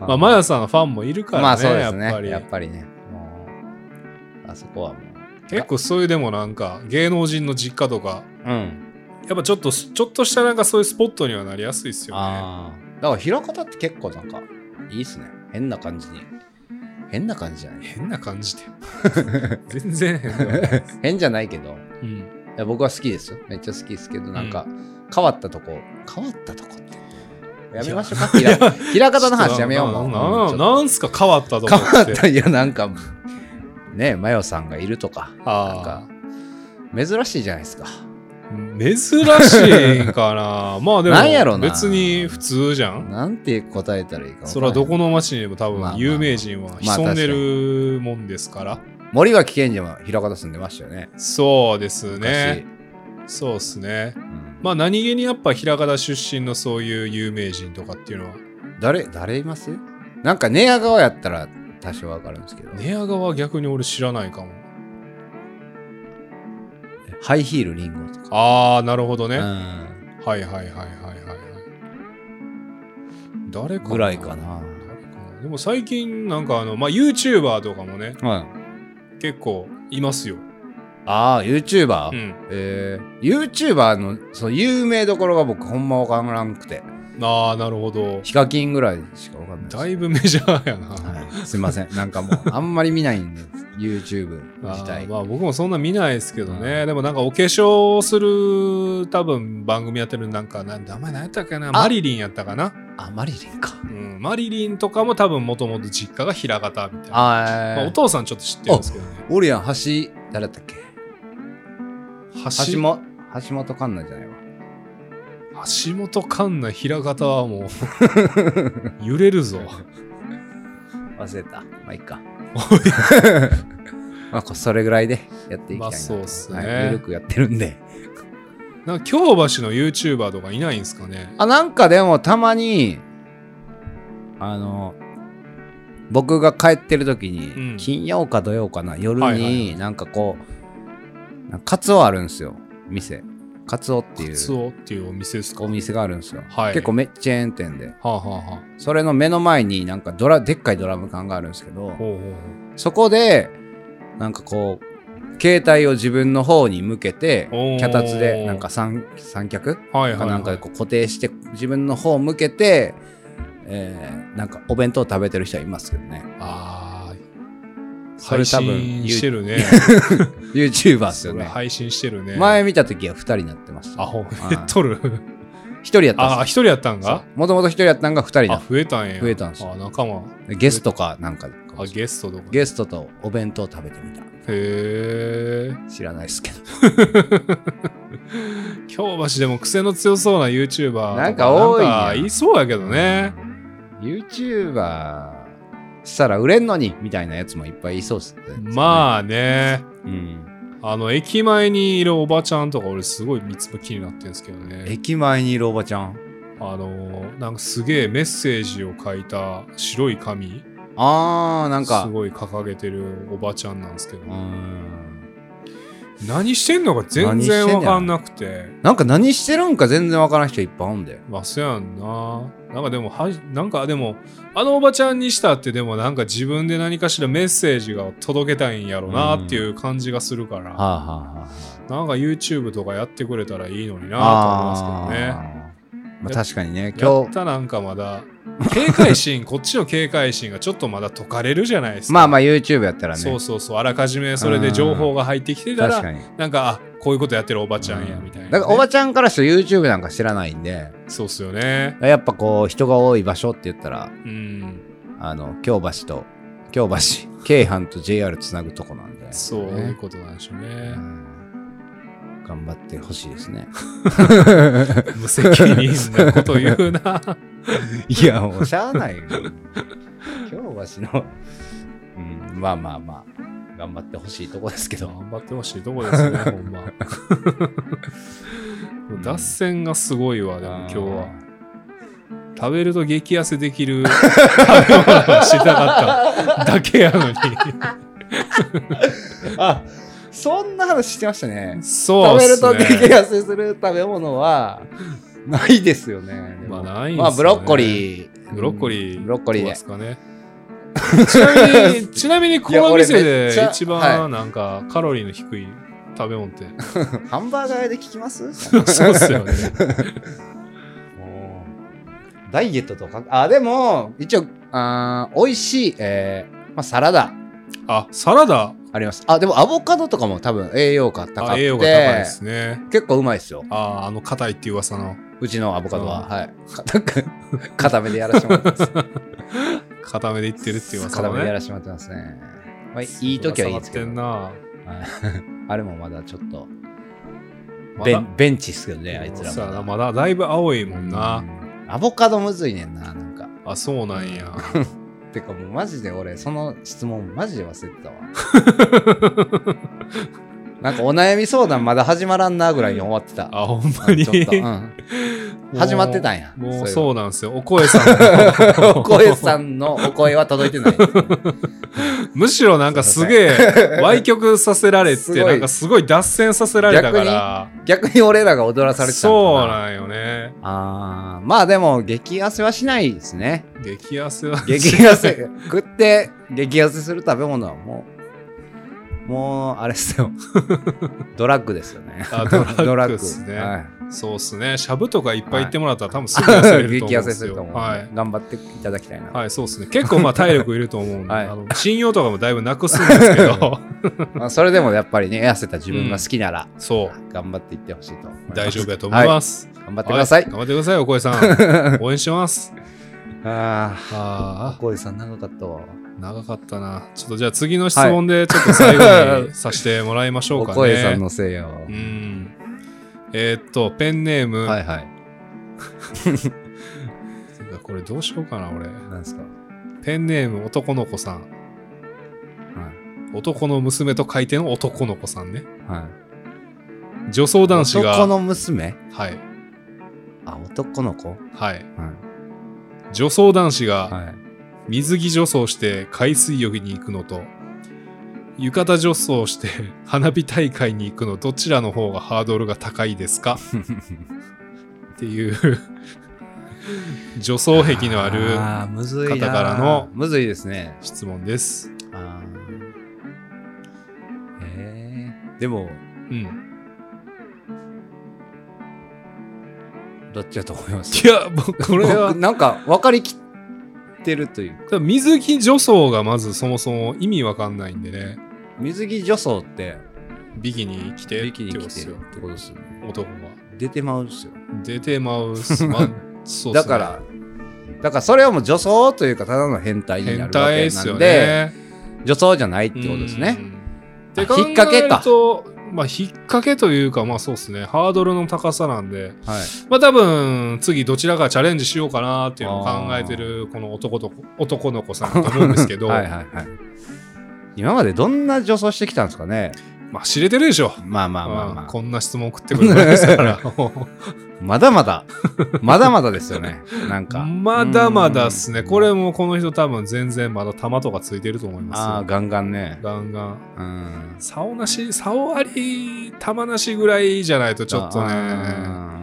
[SPEAKER 2] まあ、マヤさんのファンもいるからね、
[SPEAKER 1] まあそうですね
[SPEAKER 2] や
[SPEAKER 1] や
[SPEAKER 2] っ
[SPEAKER 1] っ
[SPEAKER 2] ぱ
[SPEAKER 1] ぱ
[SPEAKER 2] り
[SPEAKER 1] りねもうあそこはもう
[SPEAKER 2] 結構そういうでもなんか、芸能人の実家とか、
[SPEAKER 1] うん
[SPEAKER 2] やっぱちょっと、ちょっとしたなんかそういうスポットにはなりやすいですよね。
[SPEAKER 1] ああだから平方って結構なんかいいっすね変な感じに変な感じじゃない
[SPEAKER 2] 変な感じで。全然変だわ。
[SPEAKER 1] 変じゃないけど
[SPEAKER 2] うん。
[SPEAKER 1] いや僕は好きですよめっちゃ好きですけどなんか、変わったとこ変わったとこってやめましょうか平平方の話やめようもう
[SPEAKER 2] なな
[SPEAKER 1] う
[SPEAKER 2] なん
[SPEAKER 1] ちょっ
[SPEAKER 2] なんすか変わったと
[SPEAKER 1] と
[SPEAKER 2] 思って。
[SPEAKER 1] 変わったいやなんかねマヨさんがいるとかなん
[SPEAKER 2] あ
[SPEAKER 1] か珍しいじゃないですか
[SPEAKER 2] ー珍しいか な。まあで
[SPEAKER 1] なんやろ
[SPEAKER 2] も、
[SPEAKER 1] な
[SPEAKER 2] 別に普通じゃん。
[SPEAKER 1] なんて答えたらいいか分からない
[SPEAKER 2] それはどこの町にでも
[SPEAKER 1] まあ
[SPEAKER 2] 多
[SPEAKER 1] ま
[SPEAKER 2] 分
[SPEAKER 1] あ
[SPEAKER 2] 有名人は潜んでるもんですから。
[SPEAKER 1] 森脇健児も平方住んでましたよね
[SPEAKER 2] そうですね。そうですね。
[SPEAKER 1] 昔、うん
[SPEAKER 2] まあ何気にやっぱ平方出身のそういう有名人とかっていうのは、
[SPEAKER 1] 誰誰いますなんか寝屋川やったら多少わかるんですけど、
[SPEAKER 2] 寝屋川は逆に俺知らないかも。
[SPEAKER 1] ハイヒールリンゴとか
[SPEAKER 2] ああ、なるほどね。はい
[SPEAKER 1] うん
[SPEAKER 2] はいはいはいはいはい。誰かな
[SPEAKER 1] ぐらいかな
[SPEAKER 2] 誰かなでも最近なんかあの、まあ YouTuber とかもね、
[SPEAKER 1] うん
[SPEAKER 2] 結構いますよ。
[SPEAKER 1] ああ YouTuber、
[SPEAKER 2] うん。
[SPEAKER 1] えー、YouTuber のその有名どころが僕ほんまわからんくて
[SPEAKER 2] ああ、なるほど。
[SPEAKER 1] ヒカキンぐらいしかわかんないです
[SPEAKER 2] だいぶメジャーやな。
[SPEAKER 1] はい、すいませんなんかも うあんまり見ないんです YouTube
[SPEAKER 2] あ
[SPEAKER 1] 自体
[SPEAKER 2] ーまあ僕もそんな見ないですけどね、
[SPEAKER 1] う
[SPEAKER 2] でもなんかお化粧をする多分番組やってるなんかな名前何やったっけなマリリンやったかな、
[SPEAKER 1] あマリリンか
[SPEAKER 2] うん、マリリンとかも多分もともと実家が平方みたいな
[SPEAKER 1] あ
[SPEAKER 2] まあ、お
[SPEAKER 1] ー
[SPEAKER 2] 父さんちょっと知ってるんですけどね
[SPEAKER 1] おるやん橋誰だったっけ
[SPEAKER 2] 橋
[SPEAKER 1] 橋も橋本環奈じゃないわ
[SPEAKER 2] 橋本環奈平方はもう 揺れるぞ
[SPEAKER 1] 忘れたまあいい かまあこそれぐらいでやっていきたいなと、
[SPEAKER 2] まあそうっすね
[SPEAKER 1] はい、ゆるくやってるんで
[SPEAKER 2] なんか京橋の YouTuber とかいないんですかね
[SPEAKER 1] あなんかでもたまにあの僕が帰ってる時に、
[SPEAKER 2] うん
[SPEAKER 1] 金曜か土曜かな夜に、
[SPEAKER 2] はいはい
[SPEAKER 1] なんかこうなんかカツオあるんですよ店カツオってい
[SPEAKER 2] カ
[SPEAKER 1] う
[SPEAKER 2] ツオっていうお店ですか
[SPEAKER 1] お店があるんですよ、
[SPEAKER 2] はい
[SPEAKER 1] 結構めチェーン店で
[SPEAKER 2] はあはあは
[SPEAKER 1] それの目の前になんかドラでっかいドラム缶があるんですけど
[SPEAKER 2] あほうほうほう
[SPEAKER 1] そこでなんかこう携帯を自分の方に向けて
[SPEAKER 2] おー
[SPEAKER 1] 脚立でなんか三三脚
[SPEAKER 2] はいは
[SPEAKER 1] か
[SPEAKER 2] い、はい、
[SPEAKER 1] なんかでこう固定して自分の方を向けて、えーなんかお弁当食べてる人はいますけどね
[SPEAKER 2] ああ
[SPEAKER 1] それ
[SPEAKER 2] 配
[SPEAKER 1] 多分
[SPEAKER 2] 信してるね
[SPEAKER 1] YouTuber ですよね
[SPEAKER 2] 配信してるね。
[SPEAKER 1] 前見た時は2人になってました
[SPEAKER 2] あ、 ほん
[SPEAKER 1] は
[SPEAKER 2] え
[SPEAKER 1] い
[SPEAKER 2] っ とる。
[SPEAKER 1] 1人やったん
[SPEAKER 2] あ、一人やったん
[SPEAKER 1] ですよ
[SPEAKER 2] が
[SPEAKER 1] もともと1人やったんが2人
[SPEAKER 2] あ
[SPEAKER 1] だ、
[SPEAKER 2] 増えたんや。
[SPEAKER 1] 増えたんすよ
[SPEAKER 2] あ、仲間。
[SPEAKER 1] ゲストかなんかで
[SPEAKER 2] あ、ゲストとか。へ
[SPEAKER 1] ゲストとお弁当食べてみた
[SPEAKER 2] え。
[SPEAKER 1] 知らないですけど
[SPEAKER 2] 京橋でも癖の強そうな YouTuber と。
[SPEAKER 1] なんか多いんや
[SPEAKER 2] なんかいそうやけどね。
[SPEAKER 1] YouTuber したら売れんのにみたいなやつもいっぱいいそうっすね
[SPEAKER 2] まあね。
[SPEAKER 1] うん、
[SPEAKER 2] あの、駅前にいるおばちゃんとか俺すごい三つも気になってるんですけどね。
[SPEAKER 1] 駅前にいるおばちゃん
[SPEAKER 2] あの、なんかすげえメッセージを書いた白い紙。
[SPEAKER 1] あーなんか
[SPEAKER 2] すごい掲げてるおばちゃんなんですけど
[SPEAKER 1] うーん
[SPEAKER 2] 何してんのか全然わかんなくて
[SPEAKER 1] なんか何してるんか全然わからん人いっぱいおんで。
[SPEAKER 2] まあそやんななんかでもはなんかでもあのおばちゃんにしたってでもなんか自分で何かしらメッセージが届けたいんやろなっていう感じがするから、
[SPEAKER 1] はあ、はあは
[SPEAKER 2] なんか YouTube とかやってくれたらいいのになと思います
[SPEAKER 1] あ、
[SPEAKER 2] けどね
[SPEAKER 1] あーまあ、確かにね、
[SPEAKER 2] や
[SPEAKER 1] 今
[SPEAKER 2] っ
[SPEAKER 1] 日、
[SPEAKER 2] たなんかまだ警戒心こっちの警戒心がちょっとまだ解かれるじゃないですか
[SPEAKER 1] まあまあ YouTube やったらね、
[SPEAKER 2] そうそうそうあらかじめそれで情報が入ってきてた
[SPEAKER 1] 確からに。
[SPEAKER 2] なんかあこういうことやってるおばちゃんやみたいなね、
[SPEAKER 1] だからおばちゃんからして YouTube なんか知らないんで、
[SPEAKER 2] そうっすよね
[SPEAKER 1] やっぱこう人が多い場所って言ったら、
[SPEAKER 2] うん
[SPEAKER 1] あの、京橋と、京橋、京阪と JR つなぐとこなんで。
[SPEAKER 2] そう
[SPEAKER 1] ね
[SPEAKER 2] いうことなんでしょう
[SPEAKER 1] う
[SPEAKER 2] ね
[SPEAKER 1] ん頑張ってほしいです ね。
[SPEAKER 2] 無責任なこと言うな
[SPEAKER 1] いや、もうしゃあないよ。京橋の、うん、まあまあまあ、頑張ってほしいとこですけど。
[SPEAKER 2] 頑張ってほしいとこで すねほんま
[SPEAKER 1] ん
[SPEAKER 2] 脱線がすごいわでも今日は食べると激痩せできる食べ物をした かっただけやのに
[SPEAKER 1] あそんな話してましたね。
[SPEAKER 2] そう
[SPEAKER 1] 食
[SPEAKER 2] っ
[SPEAKER 1] べる
[SPEAKER 2] す
[SPEAKER 1] と
[SPEAKER 2] ね
[SPEAKER 1] 激痩せする食べ物はないですよね。で
[SPEAKER 2] ま
[SPEAKER 1] も
[SPEAKER 2] あないんすね
[SPEAKER 1] まあブロッコリー。
[SPEAKER 2] ブロッコリー、
[SPEAKER 1] うんブロッコリー
[SPEAKER 2] どう
[SPEAKER 1] で
[SPEAKER 2] です かねちなみにちなみにこの店で
[SPEAKER 1] いや俺めっちゃ
[SPEAKER 2] 一
[SPEAKER 1] は
[SPEAKER 2] 番なんかカロリーの低い食べ物って
[SPEAKER 1] ハンバーガー屋で聞きます
[SPEAKER 2] そうっ すよね
[SPEAKER 1] もうダイエットとかあでも一応あー美味しい、えーまあ、サラダ
[SPEAKER 2] あサラダ
[SPEAKER 1] ありますあでもアボカドとかも多分栄養価高く
[SPEAKER 2] あ
[SPEAKER 1] て
[SPEAKER 2] 栄養が高いですね
[SPEAKER 1] 結構うまいですよ
[SPEAKER 2] あああの硬いっていう噂の
[SPEAKER 1] うちのアボカドは、
[SPEAKER 2] う
[SPEAKER 1] はい固く固めでやらせてもらってます
[SPEAKER 2] 固めでいってるっていう噂
[SPEAKER 1] 固
[SPEAKER 2] の
[SPEAKER 1] めでや
[SPEAKER 2] ね
[SPEAKER 1] らせてもらってますね、まあ、いい時はいいですけど
[SPEAKER 2] 噂なって
[SPEAKER 1] はいあれもまだちょっと
[SPEAKER 2] まだ
[SPEAKER 1] ベンベンチっすけど
[SPEAKER 2] ん
[SPEAKER 1] ね
[SPEAKER 2] な
[SPEAKER 1] あいつら
[SPEAKER 2] そうや
[SPEAKER 1] も
[SPEAKER 2] なまだだいぶ青いもんな、
[SPEAKER 1] うんアボカドむずいねんななんか
[SPEAKER 2] あそうなんや
[SPEAKER 1] てかもうマジで俺その質問マジで忘れてたわ なんかお悩み相談まだ始まらんなぐらいに終わってた
[SPEAKER 2] あほんまに
[SPEAKER 1] ちょっと、うん、始まってたんや
[SPEAKER 2] も
[SPEAKER 1] そ
[SPEAKER 2] うそううなんですよお声さん
[SPEAKER 1] いえば お声さんのお声は届いて ないですね、
[SPEAKER 2] むしろなんかすげえ歪曲させられ
[SPEAKER 1] す
[SPEAKER 2] て
[SPEAKER 1] ごい
[SPEAKER 2] なんかすごい脱線させられたから
[SPEAKER 1] 逆に俺らが踊らされてたの
[SPEAKER 2] そう
[SPEAKER 1] か
[SPEAKER 2] なんよね
[SPEAKER 1] あーまあでも激痩せはしないですね
[SPEAKER 2] 激痩せは
[SPEAKER 1] 激痩せ食って激痩せする食べ物はもうもうあれです よドラッグですよね
[SPEAKER 2] あドラッグ
[SPEAKER 1] ドラッグ
[SPEAKER 2] ですね
[SPEAKER 1] はい
[SPEAKER 2] そうっすねしゃぶとかいっぱい行ってもらったら多分すぐ痩せれると
[SPEAKER 1] 激痩
[SPEAKER 2] 思うん
[SPEAKER 1] せ
[SPEAKER 2] です
[SPEAKER 1] すると
[SPEAKER 2] よ
[SPEAKER 1] 思う、
[SPEAKER 2] はい
[SPEAKER 1] 頑張っていただきたいな、
[SPEAKER 2] はい、そうですね。結構まあ体力いると思うんで、
[SPEAKER 1] はい
[SPEAKER 2] あの信用とかもだいぶなくすんですけど、
[SPEAKER 1] まあ、それでもやっぱりね痩せた自分が好きなら、
[SPEAKER 2] そう、
[SPEAKER 1] 頑張っていってほしいと思います
[SPEAKER 2] 大丈夫やと思い
[SPEAKER 1] は
[SPEAKER 2] ます。
[SPEAKER 1] い頑張ってください、
[SPEAKER 2] は頑張ってください、お声さ ん。応援してます。
[SPEAKER 1] ああ
[SPEAKER 2] あ
[SPEAKER 1] 小井さん長かったわ
[SPEAKER 2] あ、長かったな。ちょっとじゃあ次の質問でちょっと最後にさせてもらいましょ
[SPEAKER 1] お
[SPEAKER 2] うかね。
[SPEAKER 1] 小井さんのせいよ、
[SPEAKER 2] うん。えーっと、ペンネーム、
[SPEAKER 1] はいはい
[SPEAKER 2] てかこれどうしようかな、俺。
[SPEAKER 1] なんですか、
[SPEAKER 2] ペンネーム、男の子さん。
[SPEAKER 1] は
[SPEAKER 2] 男の娘と書いての男の子さんね。
[SPEAKER 1] いはい、
[SPEAKER 2] 女装男子
[SPEAKER 1] 男
[SPEAKER 2] が、
[SPEAKER 1] の娘
[SPEAKER 2] はい、
[SPEAKER 1] あ男の子、はい
[SPEAKER 2] はい。女装男子が、
[SPEAKER 1] はい、
[SPEAKER 2] 水着女装して海水浴に行くのと浴衣女装して 花火大会に行くのどちらの方がハードルが高いですかっていう女装癖のあ る
[SPEAKER 1] ーむずいな
[SPEAKER 2] 方からの
[SPEAKER 1] むずいですね
[SPEAKER 2] 質問です。
[SPEAKER 1] あーえー、でも
[SPEAKER 2] うん、
[SPEAKER 1] どっちだと思います
[SPEAKER 2] いやもうこれは
[SPEAKER 1] 僕なんか分かりきってるという
[SPEAKER 2] 水着女装がまずそもそも意味わかんないんでね
[SPEAKER 1] 水着女装って
[SPEAKER 2] ビキニ着て
[SPEAKER 1] ビ
[SPEAKER 2] っ
[SPEAKER 1] キに
[SPEAKER 2] てこ
[SPEAKER 1] 着
[SPEAKER 2] とで
[SPEAKER 1] て
[SPEAKER 2] すよ
[SPEAKER 1] るってことですよね
[SPEAKER 2] 男が
[SPEAKER 1] 出てまうんですよ
[SPEAKER 2] 出てまうっす、ま あ、そうっすね
[SPEAKER 1] だからだからそれはもう女装というかただの変態にな
[SPEAKER 2] 変
[SPEAKER 1] るわ
[SPEAKER 2] 態
[SPEAKER 1] け
[SPEAKER 2] っ
[SPEAKER 1] な
[SPEAKER 2] すよ
[SPEAKER 1] んで
[SPEAKER 2] ね。
[SPEAKER 1] 女装じゃないってことです
[SPEAKER 2] う
[SPEAKER 1] ね
[SPEAKER 2] ん。
[SPEAKER 1] あ
[SPEAKER 2] で考え
[SPEAKER 1] 引っ
[SPEAKER 2] ると
[SPEAKER 1] 掛けか
[SPEAKER 2] まあ引っ掛けというかまあそうですねハードルの高さなんで
[SPEAKER 1] はい
[SPEAKER 2] まあ多分次どちらかチャレンジしようかなっていうのを考えてるこの男と 男の子さんだと思うんですけど
[SPEAKER 1] はいはいはい今までどんな女装してきたんですかね
[SPEAKER 2] まあ知れてるでしょ。
[SPEAKER 1] まあまあまあま
[SPEAKER 2] うん
[SPEAKER 1] あ。
[SPEAKER 2] こんな質問送ってくるぐらいで すから。
[SPEAKER 1] まだまだ、まだまだですよね。なんか。
[SPEAKER 2] まだまだっすね。
[SPEAKER 1] うん
[SPEAKER 2] これもこの人多分全然まだ玉とかついてると思い
[SPEAKER 1] あ
[SPEAKER 2] ま
[SPEAKER 1] あ、
[SPEAKER 2] すよ。
[SPEAKER 1] ガンガンね。
[SPEAKER 2] ガンガン。
[SPEAKER 1] うん。
[SPEAKER 2] 竿なし、竿あり、玉なしぐらいじゃないとちょっとね、
[SPEAKER 1] あ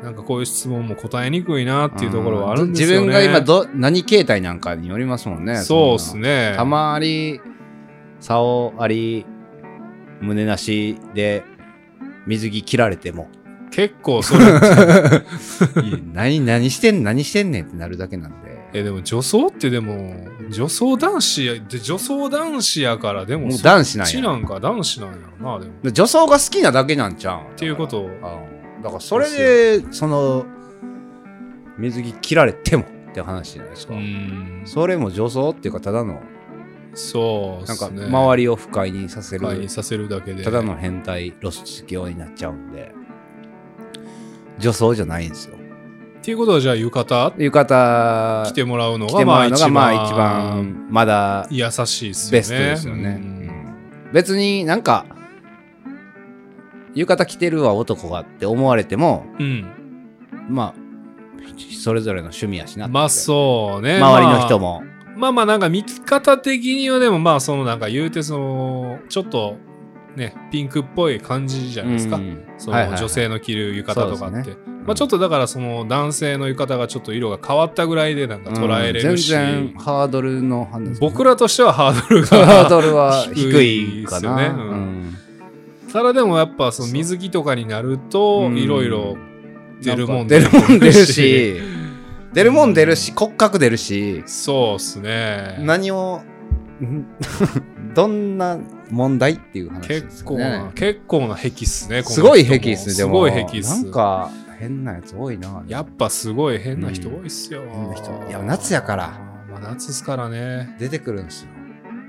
[SPEAKER 1] ー
[SPEAKER 2] なんかこういう質問も答えにくいなっていうところはあるんです
[SPEAKER 1] 自
[SPEAKER 2] よね。
[SPEAKER 1] 分が今ど、何形態なんかによりますもんね。
[SPEAKER 2] そうっす
[SPEAKER 1] ね。
[SPEAKER 2] ね。
[SPEAKER 1] たまあり、竿あり、胸なしで、水着切られて も、
[SPEAKER 2] 結構それ、
[SPEAKER 1] 何、何してん、何してんねんってなるだけなんで。
[SPEAKER 2] え、でも女装ってでも、女装男子や、で女装男子やから、でも
[SPEAKER 1] もう
[SPEAKER 2] そっ
[SPEAKER 1] 男子なん
[SPEAKER 2] ち
[SPEAKER 1] や。
[SPEAKER 2] なんか男子なんやろな、でも。
[SPEAKER 1] 女装が好きなだけなんちゃうん。
[SPEAKER 2] っていうことを。
[SPEAKER 1] あだからそれでその水着切られてもって話じゃないです
[SPEAKER 2] う
[SPEAKER 1] か、
[SPEAKER 2] ん。
[SPEAKER 1] それも女装っていうかただの
[SPEAKER 2] そうっ
[SPEAKER 1] なんか
[SPEAKER 2] すね。
[SPEAKER 1] 周りを不快にさせ
[SPEAKER 2] 不快
[SPEAKER 1] る
[SPEAKER 2] にさせるだけで。
[SPEAKER 1] ただの変態露出狂になっちゃうんで女装じゃないんですよ
[SPEAKER 2] っていうことはじゃあ浴衣
[SPEAKER 1] 浴衣
[SPEAKER 2] 着てもらうの
[SPEAKER 1] 着て
[SPEAKER 2] が
[SPEAKER 1] も
[SPEAKER 2] ま
[SPEAKER 1] ら
[SPEAKER 2] あ
[SPEAKER 1] うの
[SPEAKER 2] 一
[SPEAKER 1] が
[SPEAKER 2] 番
[SPEAKER 1] まあ一番まだ
[SPEAKER 2] 優しいですよね。
[SPEAKER 1] ベストですよね
[SPEAKER 2] うん
[SPEAKER 1] 別になんか浴衣着てるわ男がって思われても
[SPEAKER 2] うん。
[SPEAKER 1] まあそれぞれの趣味やしなって
[SPEAKER 2] まあそうね。
[SPEAKER 1] 周りの人
[SPEAKER 2] も。
[SPEAKER 1] も、
[SPEAKER 2] まあまあなんか見方的にはでもまあそのなんか言うてそのちょっとねピンクっぽい感じじゃないですか。
[SPEAKER 1] うん
[SPEAKER 2] そ
[SPEAKER 1] はいはい
[SPEAKER 2] の
[SPEAKER 1] はい
[SPEAKER 2] 女性の着る浴衣とか
[SPEAKER 1] そう
[SPEAKER 2] っ
[SPEAKER 1] で
[SPEAKER 2] て。まあちょっとだからその男性の浴衣がちょっと色が変わったぐらいでなんか捉えれるし、
[SPEAKER 1] うん全然ハードルの判断ですね
[SPEAKER 2] 僕らとしてはハードル
[SPEAKER 1] ハー
[SPEAKER 2] が。
[SPEAKER 1] ドルは低いかな、
[SPEAKER 2] 低いですよねうんただでもやっぱその水着とかになると
[SPEAKER 1] うん
[SPEAKER 2] いろいろ出るもん
[SPEAKER 1] 出るもん出るし 出るもん出るし骨格出るし
[SPEAKER 2] そうっすね。
[SPEAKER 1] 何をんどんな問題っていう話です
[SPEAKER 2] 結
[SPEAKER 1] よ
[SPEAKER 2] 構
[SPEAKER 1] ね
[SPEAKER 2] な、結構な壁っすね。この
[SPEAKER 1] す
[SPEAKER 2] 人も
[SPEAKER 1] ごい癖ですねですも
[SPEAKER 2] ごい壁っす。
[SPEAKER 1] なんか変なやつ多いな
[SPEAKER 2] やっぱすごい変な人多いっすよ。
[SPEAKER 1] 変な人いや夏やから
[SPEAKER 2] まあ夏っすからね。
[SPEAKER 1] 出てくるんですよ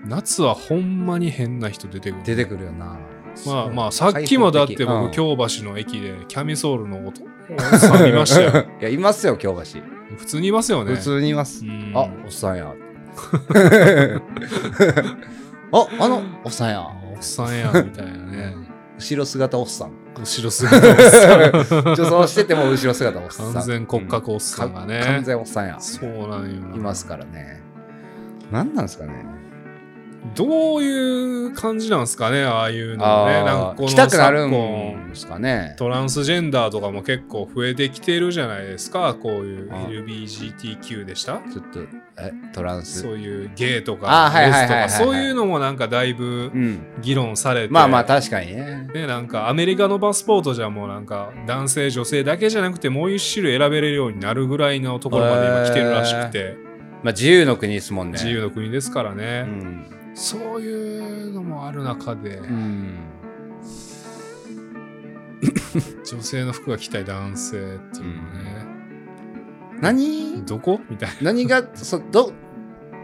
[SPEAKER 2] 夏はほんまに変な人出てくる。
[SPEAKER 1] 出てくるよな
[SPEAKER 2] まあまあ、さっきもだって僕、
[SPEAKER 1] 日
[SPEAKER 2] 京橋の駅でキャミソールの 音、おっさん見ましたよ。
[SPEAKER 1] いやいますよ京橋、
[SPEAKER 2] 普通にいますよね。
[SPEAKER 1] 普通にいます
[SPEAKER 2] うん
[SPEAKER 1] あ、おっさん や。 あ、あの、おっさんや。
[SPEAKER 2] おっさんや、みたいなね。
[SPEAKER 1] 後ろ姿おっさん。
[SPEAKER 2] 後ろ姿おっさん。
[SPEAKER 1] 女装してても後ろ姿お っさん。
[SPEAKER 2] 完全骨格おっさんが
[SPEAKER 1] か完
[SPEAKER 2] ね。
[SPEAKER 1] 全おっさんや。
[SPEAKER 2] そうなんよな。
[SPEAKER 1] いますからね。何なんですかね。
[SPEAKER 2] どういう感じなんですかね、ああいうのね。なんか
[SPEAKER 1] あ
[SPEAKER 2] こ
[SPEAKER 1] ー
[SPEAKER 2] の
[SPEAKER 1] 来たくなるん
[SPEAKER 2] 昨今
[SPEAKER 1] ですかね。
[SPEAKER 2] トランスジェンダーとかも結構増えてきてるじゃないですか、こういう
[SPEAKER 1] あ
[SPEAKER 2] LBGTQ でした
[SPEAKER 1] ちょっと、え、トランス
[SPEAKER 2] そ。ういうゲイと
[SPEAKER 1] あ
[SPEAKER 2] か
[SPEAKER 1] ーはい
[SPEAKER 2] レ
[SPEAKER 1] はいはい
[SPEAKER 2] スと
[SPEAKER 1] はいは
[SPEAKER 2] か、
[SPEAKER 1] い
[SPEAKER 2] そういうのもなんかだいぶ
[SPEAKER 1] うん。
[SPEAKER 2] 議論されて、
[SPEAKER 1] まあまあ、確かにね。
[SPEAKER 2] ね、なんかアメリカのパスポートじゃもうなんか男性、女性だけじゃなくてもう一種類選べれるようになるぐらいのところまで今来てるらしくて、
[SPEAKER 1] まあ、自由の国ですもんね。
[SPEAKER 2] 自由の国ですから
[SPEAKER 1] う
[SPEAKER 2] ね、
[SPEAKER 1] ん。
[SPEAKER 2] そういうのもある中で。
[SPEAKER 1] うん。
[SPEAKER 2] 女性の服が着たい男性っていうのね、
[SPEAKER 1] 何
[SPEAKER 2] どこみたい
[SPEAKER 1] 何がそど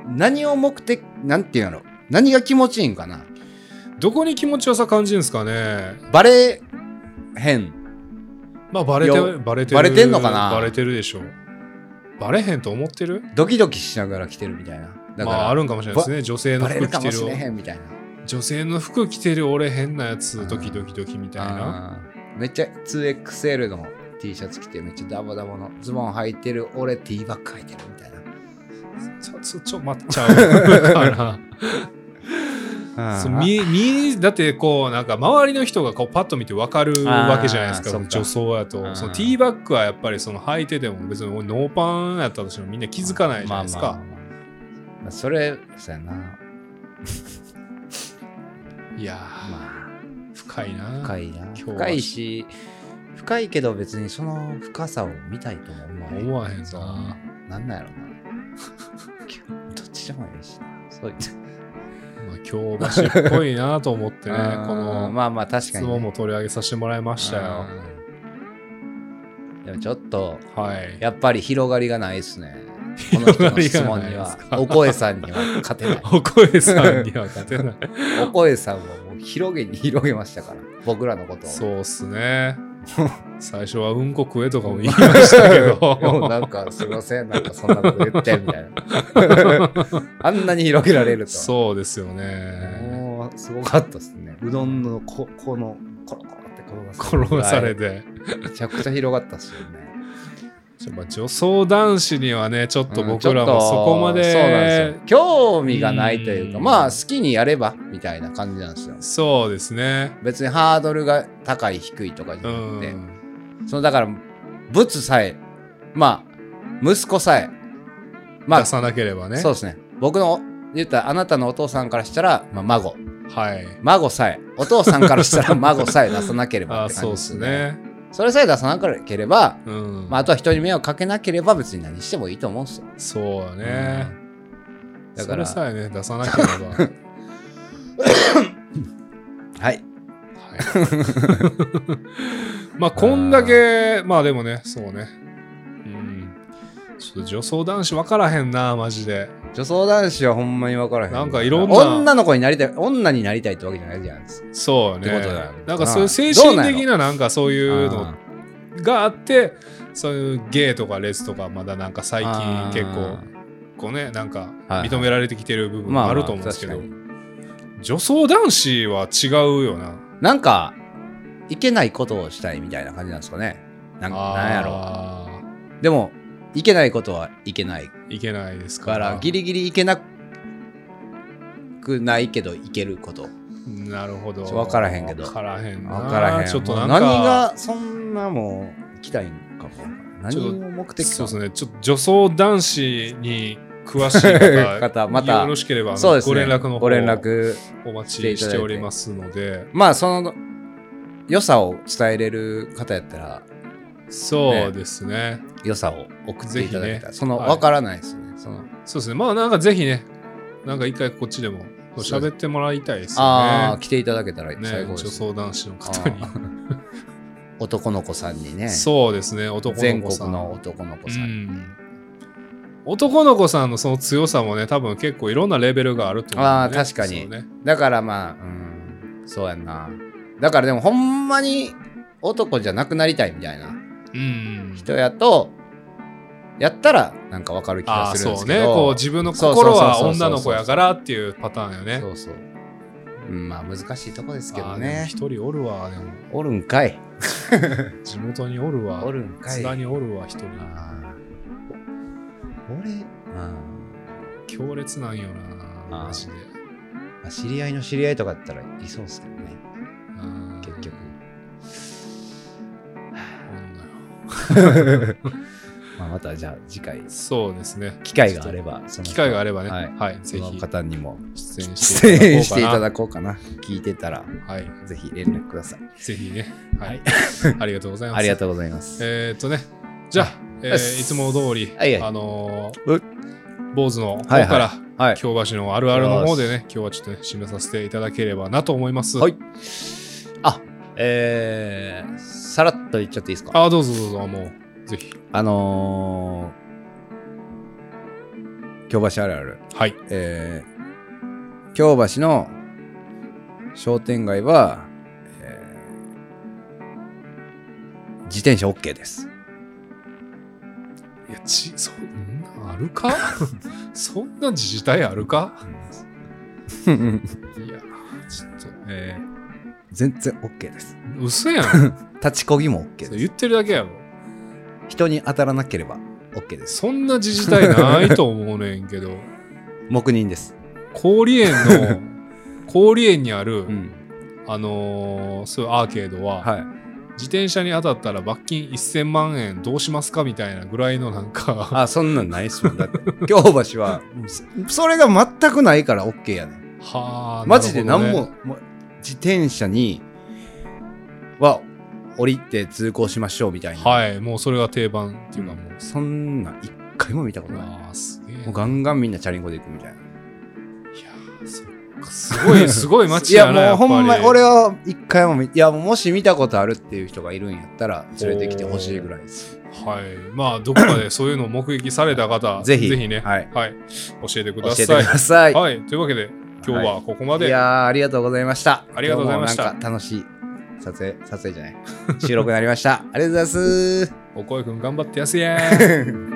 [SPEAKER 1] 何を目的なんていうの何が気持ちいいんかな
[SPEAKER 2] などこに気持ちよさ感じるんですかね
[SPEAKER 1] バレへん
[SPEAKER 2] まあバレて
[SPEAKER 1] よ
[SPEAKER 2] バレてる
[SPEAKER 1] バレてんのかな
[SPEAKER 2] バレてるでしょバレへんと思ってる
[SPEAKER 1] ドキドキしながら来てるみたいなだ
[SPEAKER 2] ま
[SPEAKER 1] か
[SPEAKER 2] ああ
[SPEAKER 1] ら、
[SPEAKER 2] るんかもしれないですね女性の
[SPEAKER 1] バレ
[SPEAKER 2] 服
[SPEAKER 1] る
[SPEAKER 2] 着
[SPEAKER 1] か
[SPEAKER 2] て
[SPEAKER 1] もしれ
[SPEAKER 2] る
[SPEAKER 1] へんみたいな
[SPEAKER 2] 女性の服着てる俺変なやつ
[SPEAKER 1] ん
[SPEAKER 2] ドキドキドキみたい
[SPEAKER 1] あ
[SPEAKER 2] な
[SPEAKER 1] ーめっちゃ 2XL の T シャツ着てめっちゃダボダボのズボン履いてる俺 T バッグ履いてるみたい
[SPEAKER 2] ちょちょちょ待っちゃう か
[SPEAKER 1] な
[SPEAKER 2] らそう見見だってこうなんか周りの人がこうパッと見て分かるわけじゃないです
[SPEAKER 1] あーそっ
[SPEAKER 2] か
[SPEAKER 1] か
[SPEAKER 2] 女装や
[SPEAKER 1] う
[SPEAKER 2] と
[SPEAKER 1] ん
[SPEAKER 2] そのティーバッグはやっぱりその履いてても別に俺ノーパンやったとしてもみんな気づかないじゃないですか、
[SPEAKER 1] まあまあまあまあそれそうやない
[SPEAKER 2] やー、
[SPEAKER 1] まあ
[SPEAKER 2] 深いな。
[SPEAKER 1] 深いな
[SPEAKER 2] 今日は
[SPEAKER 1] 深いし深いけど別にその深さを見たいとも思わへん
[SPEAKER 2] 思わへんな。
[SPEAKER 1] なんなんやろ などっちでもいいしなそういった、
[SPEAKER 2] まあ、京橋っぽいなと思ってね
[SPEAKER 1] うん
[SPEAKER 2] この、
[SPEAKER 1] まあまあ確か
[SPEAKER 2] 質
[SPEAKER 1] にね、
[SPEAKER 2] 問も取り上げさせてもらいましたよ。
[SPEAKER 1] うんでもちょっと
[SPEAKER 2] はい。
[SPEAKER 1] やっぱり広がりがない ですねこの人の質問
[SPEAKER 2] 広
[SPEAKER 1] に
[SPEAKER 2] がりがないで
[SPEAKER 1] は
[SPEAKER 2] すか
[SPEAKER 1] お声さんには勝 てない
[SPEAKER 2] お声さんには勝 てない。
[SPEAKER 1] お声さんはもう広げに広げましたから僕らのことを
[SPEAKER 2] そうっ すね。最初はうんこ食えとかも言いましたけ
[SPEAKER 1] もう
[SPEAKER 2] ど。
[SPEAKER 1] なんかすいませんなんかそんなこと 言ってみたいなあんなに広げられるとは
[SPEAKER 2] そうですよね。
[SPEAKER 1] もすごかったですね。うどんのこ、この、コロコロって転が
[SPEAKER 2] 転がされ
[SPEAKER 1] て。
[SPEAKER 2] て。
[SPEAKER 1] めちゃくちゃ広がったっすよね。
[SPEAKER 2] ちょまあ女装男子にはね、ちょっと
[SPEAKER 1] うん
[SPEAKER 2] 僕ら
[SPEAKER 1] ちょっ
[SPEAKER 2] も
[SPEAKER 1] と
[SPEAKER 2] そこま
[SPEAKER 1] そうなんで
[SPEAKER 2] で、
[SPEAKER 1] すよ興味がないというか、
[SPEAKER 2] うん
[SPEAKER 1] まあ好きにやればみたいな感じなんですよ
[SPEAKER 2] そうですね。
[SPEAKER 1] 別にハードルが高い低いとかじ
[SPEAKER 2] う
[SPEAKER 1] ゃなくて、
[SPEAKER 2] ん。
[SPEAKER 1] そのだからブツさえまあ息子さえま
[SPEAKER 2] 出
[SPEAKER 1] あ
[SPEAKER 2] さなければね。
[SPEAKER 1] そうですね僕の言ったらあなたのお父さんからしたら、まあ、孫
[SPEAKER 2] はい。
[SPEAKER 1] 孫さえお父さんから したら孫さえ出さなければっ
[SPEAKER 2] あー
[SPEAKER 1] て
[SPEAKER 2] そ
[SPEAKER 1] 感じ
[SPEAKER 2] うで
[SPEAKER 1] ですすね
[SPEAKER 2] ね。
[SPEAKER 1] それさえ出さなければ、
[SPEAKER 2] うん。
[SPEAKER 1] まあ、あとは人に迷惑かけなければ別に何してもいいと思うんですよ
[SPEAKER 2] そうだね。
[SPEAKER 1] んだ
[SPEAKER 2] だか。
[SPEAKER 1] からら
[SPEAKER 2] それさえね、出さなければ。 はい
[SPEAKER 1] はい、
[SPEAKER 2] まあ、こんだけ、まあでもね、そうね。うん。ちょっと女装男子分からへんな、マジで。
[SPEAKER 1] 女装男子はほんまに分からへん。
[SPEAKER 2] なんかいろんな
[SPEAKER 1] 女の子になりたい、女になりたいってわけじゃないじゃないですか。
[SPEAKER 2] そうよ
[SPEAKER 1] っ
[SPEAKER 2] ね
[SPEAKER 1] てことだよ。
[SPEAKER 2] なんかそういう
[SPEAKER 1] あ
[SPEAKER 2] 精
[SPEAKER 1] ー
[SPEAKER 2] 神的ななんかそういう
[SPEAKER 1] あ
[SPEAKER 2] の
[SPEAKER 1] ー
[SPEAKER 2] があって、そういうゲイとかレズとかまだなんか最近結構こうねなんか
[SPEAKER 1] はい
[SPEAKER 2] 認められてきてる部分
[SPEAKER 1] まあま
[SPEAKER 2] も
[SPEAKER 1] あ
[SPEAKER 2] あると思うんですけど
[SPEAKER 1] 確か
[SPEAKER 2] 女装男子は違うよな。
[SPEAKER 1] なんか、いけないことをしたいみたいな感じなんですかね。なんなんやろ
[SPEAKER 2] あ
[SPEAKER 1] う。でも、いけないことはいけない
[SPEAKER 2] ーいけないですか
[SPEAKER 1] から、ギリギリいけなくないけど、いけること。
[SPEAKER 2] なるほど。
[SPEAKER 1] ちょわからへんけど
[SPEAKER 2] わからへんな。
[SPEAKER 1] わからへん。
[SPEAKER 2] ちょっ
[SPEAKER 1] も
[SPEAKER 2] とな
[SPEAKER 1] うん
[SPEAKER 2] か
[SPEAKER 1] 何が、そんなもう、行きたいんかも。
[SPEAKER 2] ちょっと
[SPEAKER 1] 何を目的か
[SPEAKER 2] そうですね。ちょっと女装男子に詳しい 方、
[SPEAKER 1] 方また
[SPEAKER 2] よろしければあの
[SPEAKER 1] そうですね。
[SPEAKER 2] ご連絡の方
[SPEAKER 1] ご連絡。
[SPEAKER 2] お待ちしておりますので、
[SPEAKER 1] まあその良さを伝えれる方やったら
[SPEAKER 2] そうですね。
[SPEAKER 1] 良さを送っていただけた
[SPEAKER 2] ぜひ
[SPEAKER 1] ら、
[SPEAKER 2] ね
[SPEAKER 1] その
[SPEAKER 2] はい
[SPEAKER 1] 分からないですよね、その
[SPEAKER 2] そうですね。まあなんかぜひね、なんか一回こっちでも喋ってもらいたいです
[SPEAKER 1] ああ
[SPEAKER 2] よ
[SPEAKER 1] 来ていただけたら
[SPEAKER 2] ね。
[SPEAKER 1] 最
[SPEAKER 2] ね、
[SPEAKER 1] 高
[SPEAKER 2] 女
[SPEAKER 1] です、
[SPEAKER 2] 装男子の方に
[SPEAKER 1] あ。男の子さんにね
[SPEAKER 2] そうですね、男の
[SPEAKER 1] 全
[SPEAKER 2] 子さ
[SPEAKER 1] 国
[SPEAKER 2] ん。
[SPEAKER 1] の男の子さん、
[SPEAKER 2] うん男の子さんのその強さもね、多分結構いろんなレベルがあると思う、ね。
[SPEAKER 1] あー確かに
[SPEAKER 2] そうね
[SPEAKER 1] だからまあうんそうやんなだからでもほんまに男じゃなくなりたいみたいな
[SPEAKER 2] うん。
[SPEAKER 1] 人やとやったらなんか分かる気
[SPEAKER 2] あ
[SPEAKER 1] が
[SPEAKER 2] あ、
[SPEAKER 1] するんです
[SPEAKER 2] そう
[SPEAKER 1] けど
[SPEAKER 2] ね。こう自分の心は
[SPEAKER 1] そうそうそうそう
[SPEAKER 2] 女の子やからっていうパターンよね。
[SPEAKER 1] そうそううんまあ難しいとこですけ
[SPEAKER 2] あ
[SPEAKER 1] ど
[SPEAKER 2] ーでも
[SPEAKER 1] ね
[SPEAKER 2] 一人おるわ、でも
[SPEAKER 1] おるんかい
[SPEAKER 2] 地元におるわ。
[SPEAKER 1] おるんか
[SPEAKER 2] 津
[SPEAKER 1] い
[SPEAKER 2] 田におるわ、一人。
[SPEAKER 1] あー俺、
[SPEAKER 2] 強烈なんよな
[SPEAKER 1] あー
[SPEAKER 2] マジで
[SPEAKER 1] まあ、知り合いの知り合いとかだったらいそうっすけどね、
[SPEAKER 2] あー
[SPEAKER 1] 結局。
[SPEAKER 2] おんのよ
[SPEAKER 1] まあ、またじゃあ次回、
[SPEAKER 2] そうですね
[SPEAKER 1] 機会があれば、その
[SPEAKER 2] 機会があればねは
[SPEAKER 1] はいい、
[SPEAKER 2] ぜ
[SPEAKER 1] その
[SPEAKER 2] ひ
[SPEAKER 1] 方にも
[SPEAKER 2] 出演
[SPEAKER 1] 出演し
[SPEAKER 2] してて
[SPEAKER 1] い
[SPEAKER 2] い
[SPEAKER 1] た
[SPEAKER 2] ただこ
[SPEAKER 1] だこうかな。聞いてたら、
[SPEAKER 2] うかなはい
[SPEAKER 1] ぜひ連絡ください。
[SPEAKER 2] ぜひねはい ありがとうございます
[SPEAKER 1] ありがとうございます。
[SPEAKER 2] えーっとねじゃあ、えー
[SPEAKER 1] よ
[SPEAKER 2] い
[SPEAKER 1] し
[SPEAKER 2] つも通り、
[SPEAKER 1] はいはい
[SPEAKER 2] あの
[SPEAKER 1] う
[SPEAKER 2] ー、坊主の方から、
[SPEAKER 1] はいはい。
[SPEAKER 2] 京橋のあるあるの方でね、今日はちょっとね、締めさせていただければなと思います。
[SPEAKER 1] はいあ、えー、さらっと言っちゃっていいですかあ、
[SPEAKER 2] あー、どうぞどうぞ、もう、ぜひ。
[SPEAKER 1] のー、京橋あるある。
[SPEAKER 2] はい。
[SPEAKER 1] えー京橋の商店街は、えー自転車 OK です。
[SPEAKER 2] いや、ち、そんなある かそんな自治体あるかいや、ちょっと、え
[SPEAKER 1] 全然 OK です。
[SPEAKER 2] ー、嘘やん。
[SPEAKER 1] 立ちこぎも OK
[SPEAKER 2] それ
[SPEAKER 1] です。
[SPEAKER 2] 言ってるだけやろ。
[SPEAKER 1] 人に当たらなければ OK です。
[SPEAKER 2] そんな自治体ないと思うねんけ ど、
[SPEAKER 1] 黙認です。
[SPEAKER 2] 氷園の、氷園にあ
[SPEAKER 1] う
[SPEAKER 2] る、
[SPEAKER 1] ん。
[SPEAKER 2] あのーそういうアーケードは、
[SPEAKER 1] はい。
[SPEAKER 2] 自転車に当たったら罰金1000万円どうしますかみたいなぐらいのなんか、
[SPEAKER 1] あ、そんなんないっすもん。だって、 京橋は、そそれが全くないから OK やねん。
[SPEAKER 2] はあ、
[SPEAKER 1] マジで
[SPEAKER 2] な
[SPEAKER 1] 何
[SPEAKER 2] るほど
[SPEAKER 1] も、
[SPEAKER 2] ね
[SPEAKER 1] もう自転車には降りて通行しましょうみたいな。
[SPEAKER 2] はい、もうそれが定番っていうかもう、
[SPEAKER 1] そんなん一回も見たことない。
[SPEAKER 2] ああ、すげえな。
[SPEAKER 1] もうガンガンみんなチャリンコで行くみたいな。
[SPEAKER 2] いやーそっかすごい、すごい街やな。
[SPEAKER 1] いやもうほんま
[SPEAKER 2] やっぱり
[SPEAKER 1] 俺は一回も見いやもし見たことあるっていう人がいるんやったら連れてきてほしいぐらいです。
[SPEAKER 2] はい。まあ、どこかでそういうのを目撃された方、
[SPEAKER 1] ぜひ
[SPEAKER 2] ね、
[SPEAKER 1] はい
[SPEAKER 2] 教えてく
[SPEAKER 1] 教
[SPEAKER 2] だ
[SPEAKER 1] え
[SPEAKER 2] さ
[SPEAKER 1] て
[SPEAKER 2] い。
[SPEAKER 1] ください。
[SPEAKER 2] はい。というわけで、今日はここま
[SPEAKER 1] い
[SPEAKER 2] で。
[SPEAKER 1] やーありがとうございました。
[SPEAKER 2] ありがとうございました
[SPEAKER 1] どうもなんか楽しい撮影撮影じゃない収録になりました。ありがとうございます。
[SPEAKER 2] おこえくん頑張ってやすやー。